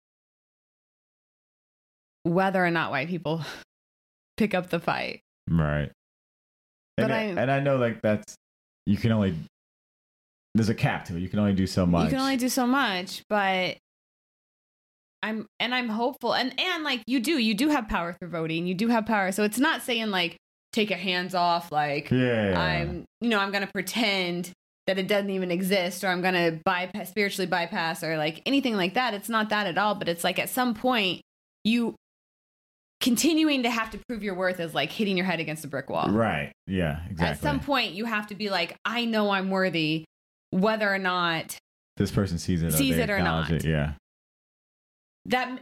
Speaker 3: whether or not white people [laughs] pick up the fight?
Speaker 1: right
Speaker 3: But
Speaker 1: and, I,
Speaker 3: I-
Speaker 1: and I know like that's you can only there's a cap to it you can only do so much
Speaker 3: You can only do so much, but I'm and I'm hopeful and and like you do, you do have power through voting. You do have power. So it's not saying like take a hands off like
Speaker 1: yeah
Speaker 3: I'm you know, I'm going to pretend that it doesn't even exist or I'm going to bypass spiritually bypass or like anything like that. It's not that at all, but it's like at some point you continuing to have to prove your worth is like hitting your head against a brick wall
Speaker 1: right yeah exactly
Speaker 3: at some point you have to be like i know i'm worthy whether or not
Speaker 1: this person sees it
Speaker 3: Sees
Speaker 1: or they
Speaker 3: it or
Speaker 1: acknowledge
Speaker 3: not.
Speaker 1: it yeah
Speaker 3: that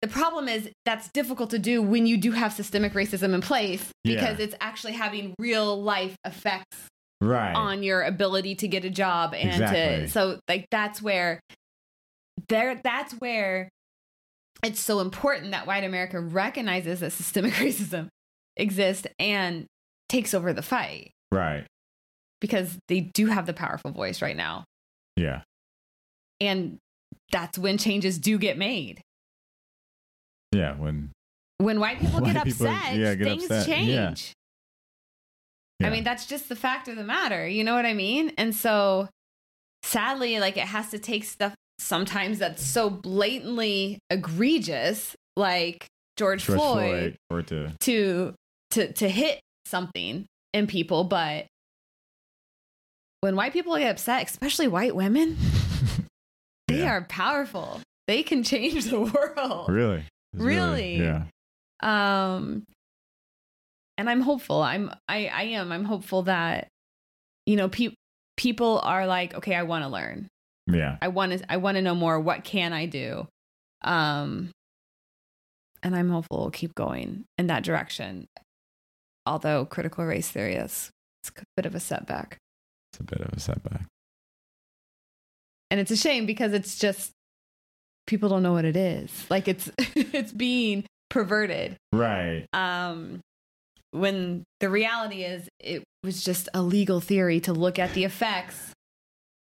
Speaker 3: the problem is that's difficult to do when you do have systemic racism in place because
Speaker 1: Yeah.
Speaker 3: it's actually having real life effects
Speaker 1: right
Speaker 3: on your ability to get a job and
Speaker 1: Exactly.
Speaker 3: to so like that's where there that's where it's so important that white america [laughs] recognizes that systemic racism exists and takes over the fight
Speaker 1: Right.
Speaker 3: because they do have the powerful voice right now.
Speaker 1: Yeah.
Speaker 3: And that's when changes do get made.
Speaker 1: Yeah. When
Speaker 3: When white people
Speaker 1: White
Speaker 3: get
Speaker 1: people,
Speaker 3: upset,
Speaker 1: yeah, get
Speaker 3: things
Speaker 1: upset.
Speaker 3: change.
Speaker 1: Yeah. Yeah.
Speaker 3: I mean, that's just the fact of the matter. You know what I mean? And so sadly, like it has to take stuff sometimes that's so blatantly egregious, like George,
Speaker 1: George
Speaker 3: Floyd,
Speaker 1: Floyd or to [laughs]
Speaker 3: to to to hit something in people, but when white people get upset, especially white women, they
Speaker 1: Yeah.
Speaker 3: are powerful. They can change the [laughs] world.
Speaker 1: really It's
Speaker 3: Really?
Speaker 1: yeah
Speaker 3: um and i'm hopeful i'm i i am i'm hopeful that you know people people are like okay i want to learn
Speaker 1: yeah
Speaker 3: i want to i want to know more what can i do um and i'm hopeful we'll keep going in that direction although critical race theory is it's a bit of a setback
Speaker 1: it's a bit of a setback
Speaker 3: and it's a shame because it's just people don't know what it is like it's [laughs] it's being perverted
Speaker 1: right
Speaker 3: um, when the reality is it was just a legal theory to look at the effects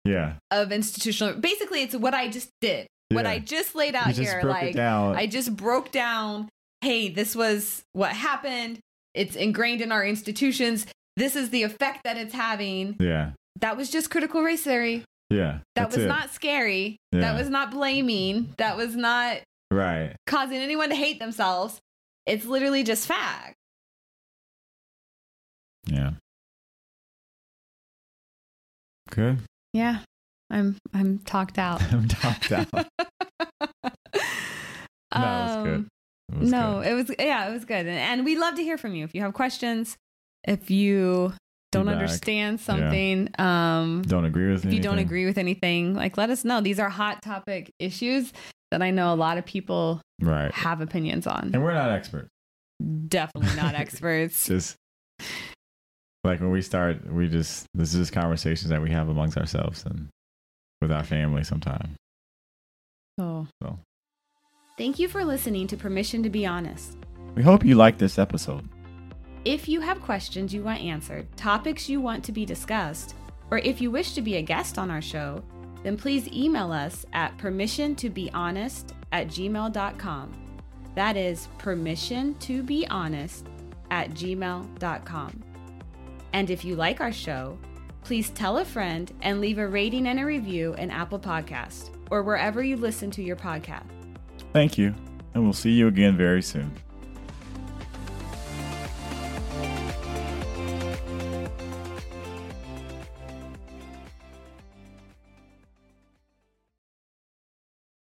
Speaker 1: yeah
Speaker 3: of institutional basically it's what i just did what
Speaker 1: Yeah.
Speaker 3: i just laid out
Speaker 1: you just
Speaker 3: here
Speaker 1: broke
Speaker 3: like
Speaker 1: it down
Speaker 3: i just broke down hey this was what happened it's ingrained in our institutions this is the effect that it's having
Speaker 1: yeah
Speaker 3: that was just critical race theory
Speaker 1: yeah
Speaker 3: that
Speaker 1: That's
Speaker 3: was
Speaker 1: it.
Speaker 3: not scary
Speaker 1: Yeah.
Speaker 3: that was not blaming that was not
Speaker 1: right
Speaker 3: causing anyone to hate themselves it's literally just fact
Speaker 1: yeah good
Speaker 3: Yeah. I'm I'm talked out.
Speaker 1: [laughs] i'm topped out no it was good
Speaker 3: Um,
Speaker 1: It was
Speaker 3: no,
Speaker 1: good.
Speaker 3: it was yeah, it was good. And, and we love to hear from you. If you have questions, if you don't
Speaker 1: Feedback.
Speaker 3: understand something, um
Speaker 1: don't agree with
Speaker 3: if you don't
Speaker 1: anything?
Speaker 3: agree with anything, like let us know. These are hot topic issues that I know a lot of people
Speaker 1: right
Speaker 3: have opinions on.
Speaker 1: and we're not experts [laughs]
Speaker 3: Definitely not experts.
Speaker 1: just like when we start we just this is just conversations that we have amongst ourselves and with our family sometimes
Speaker 3: So
Speaker 1: so
Speaker 2: Thank you for listening to Permission to Be Honest.
Speaker 1: we hope you liked this episode
Speaker 2: If you have questions you want answered, topics you want to be discussed, or if you wish to be a guest on our show, then please email us at permission to be honest at gmail.com. That is permission to be honest at gmail.com. And if you like our show, please tell a friend and leave a rating and a review in Apple Podcast or wherever you listen to your podcast.
Speaker 1: thank you and we'll see you again very soon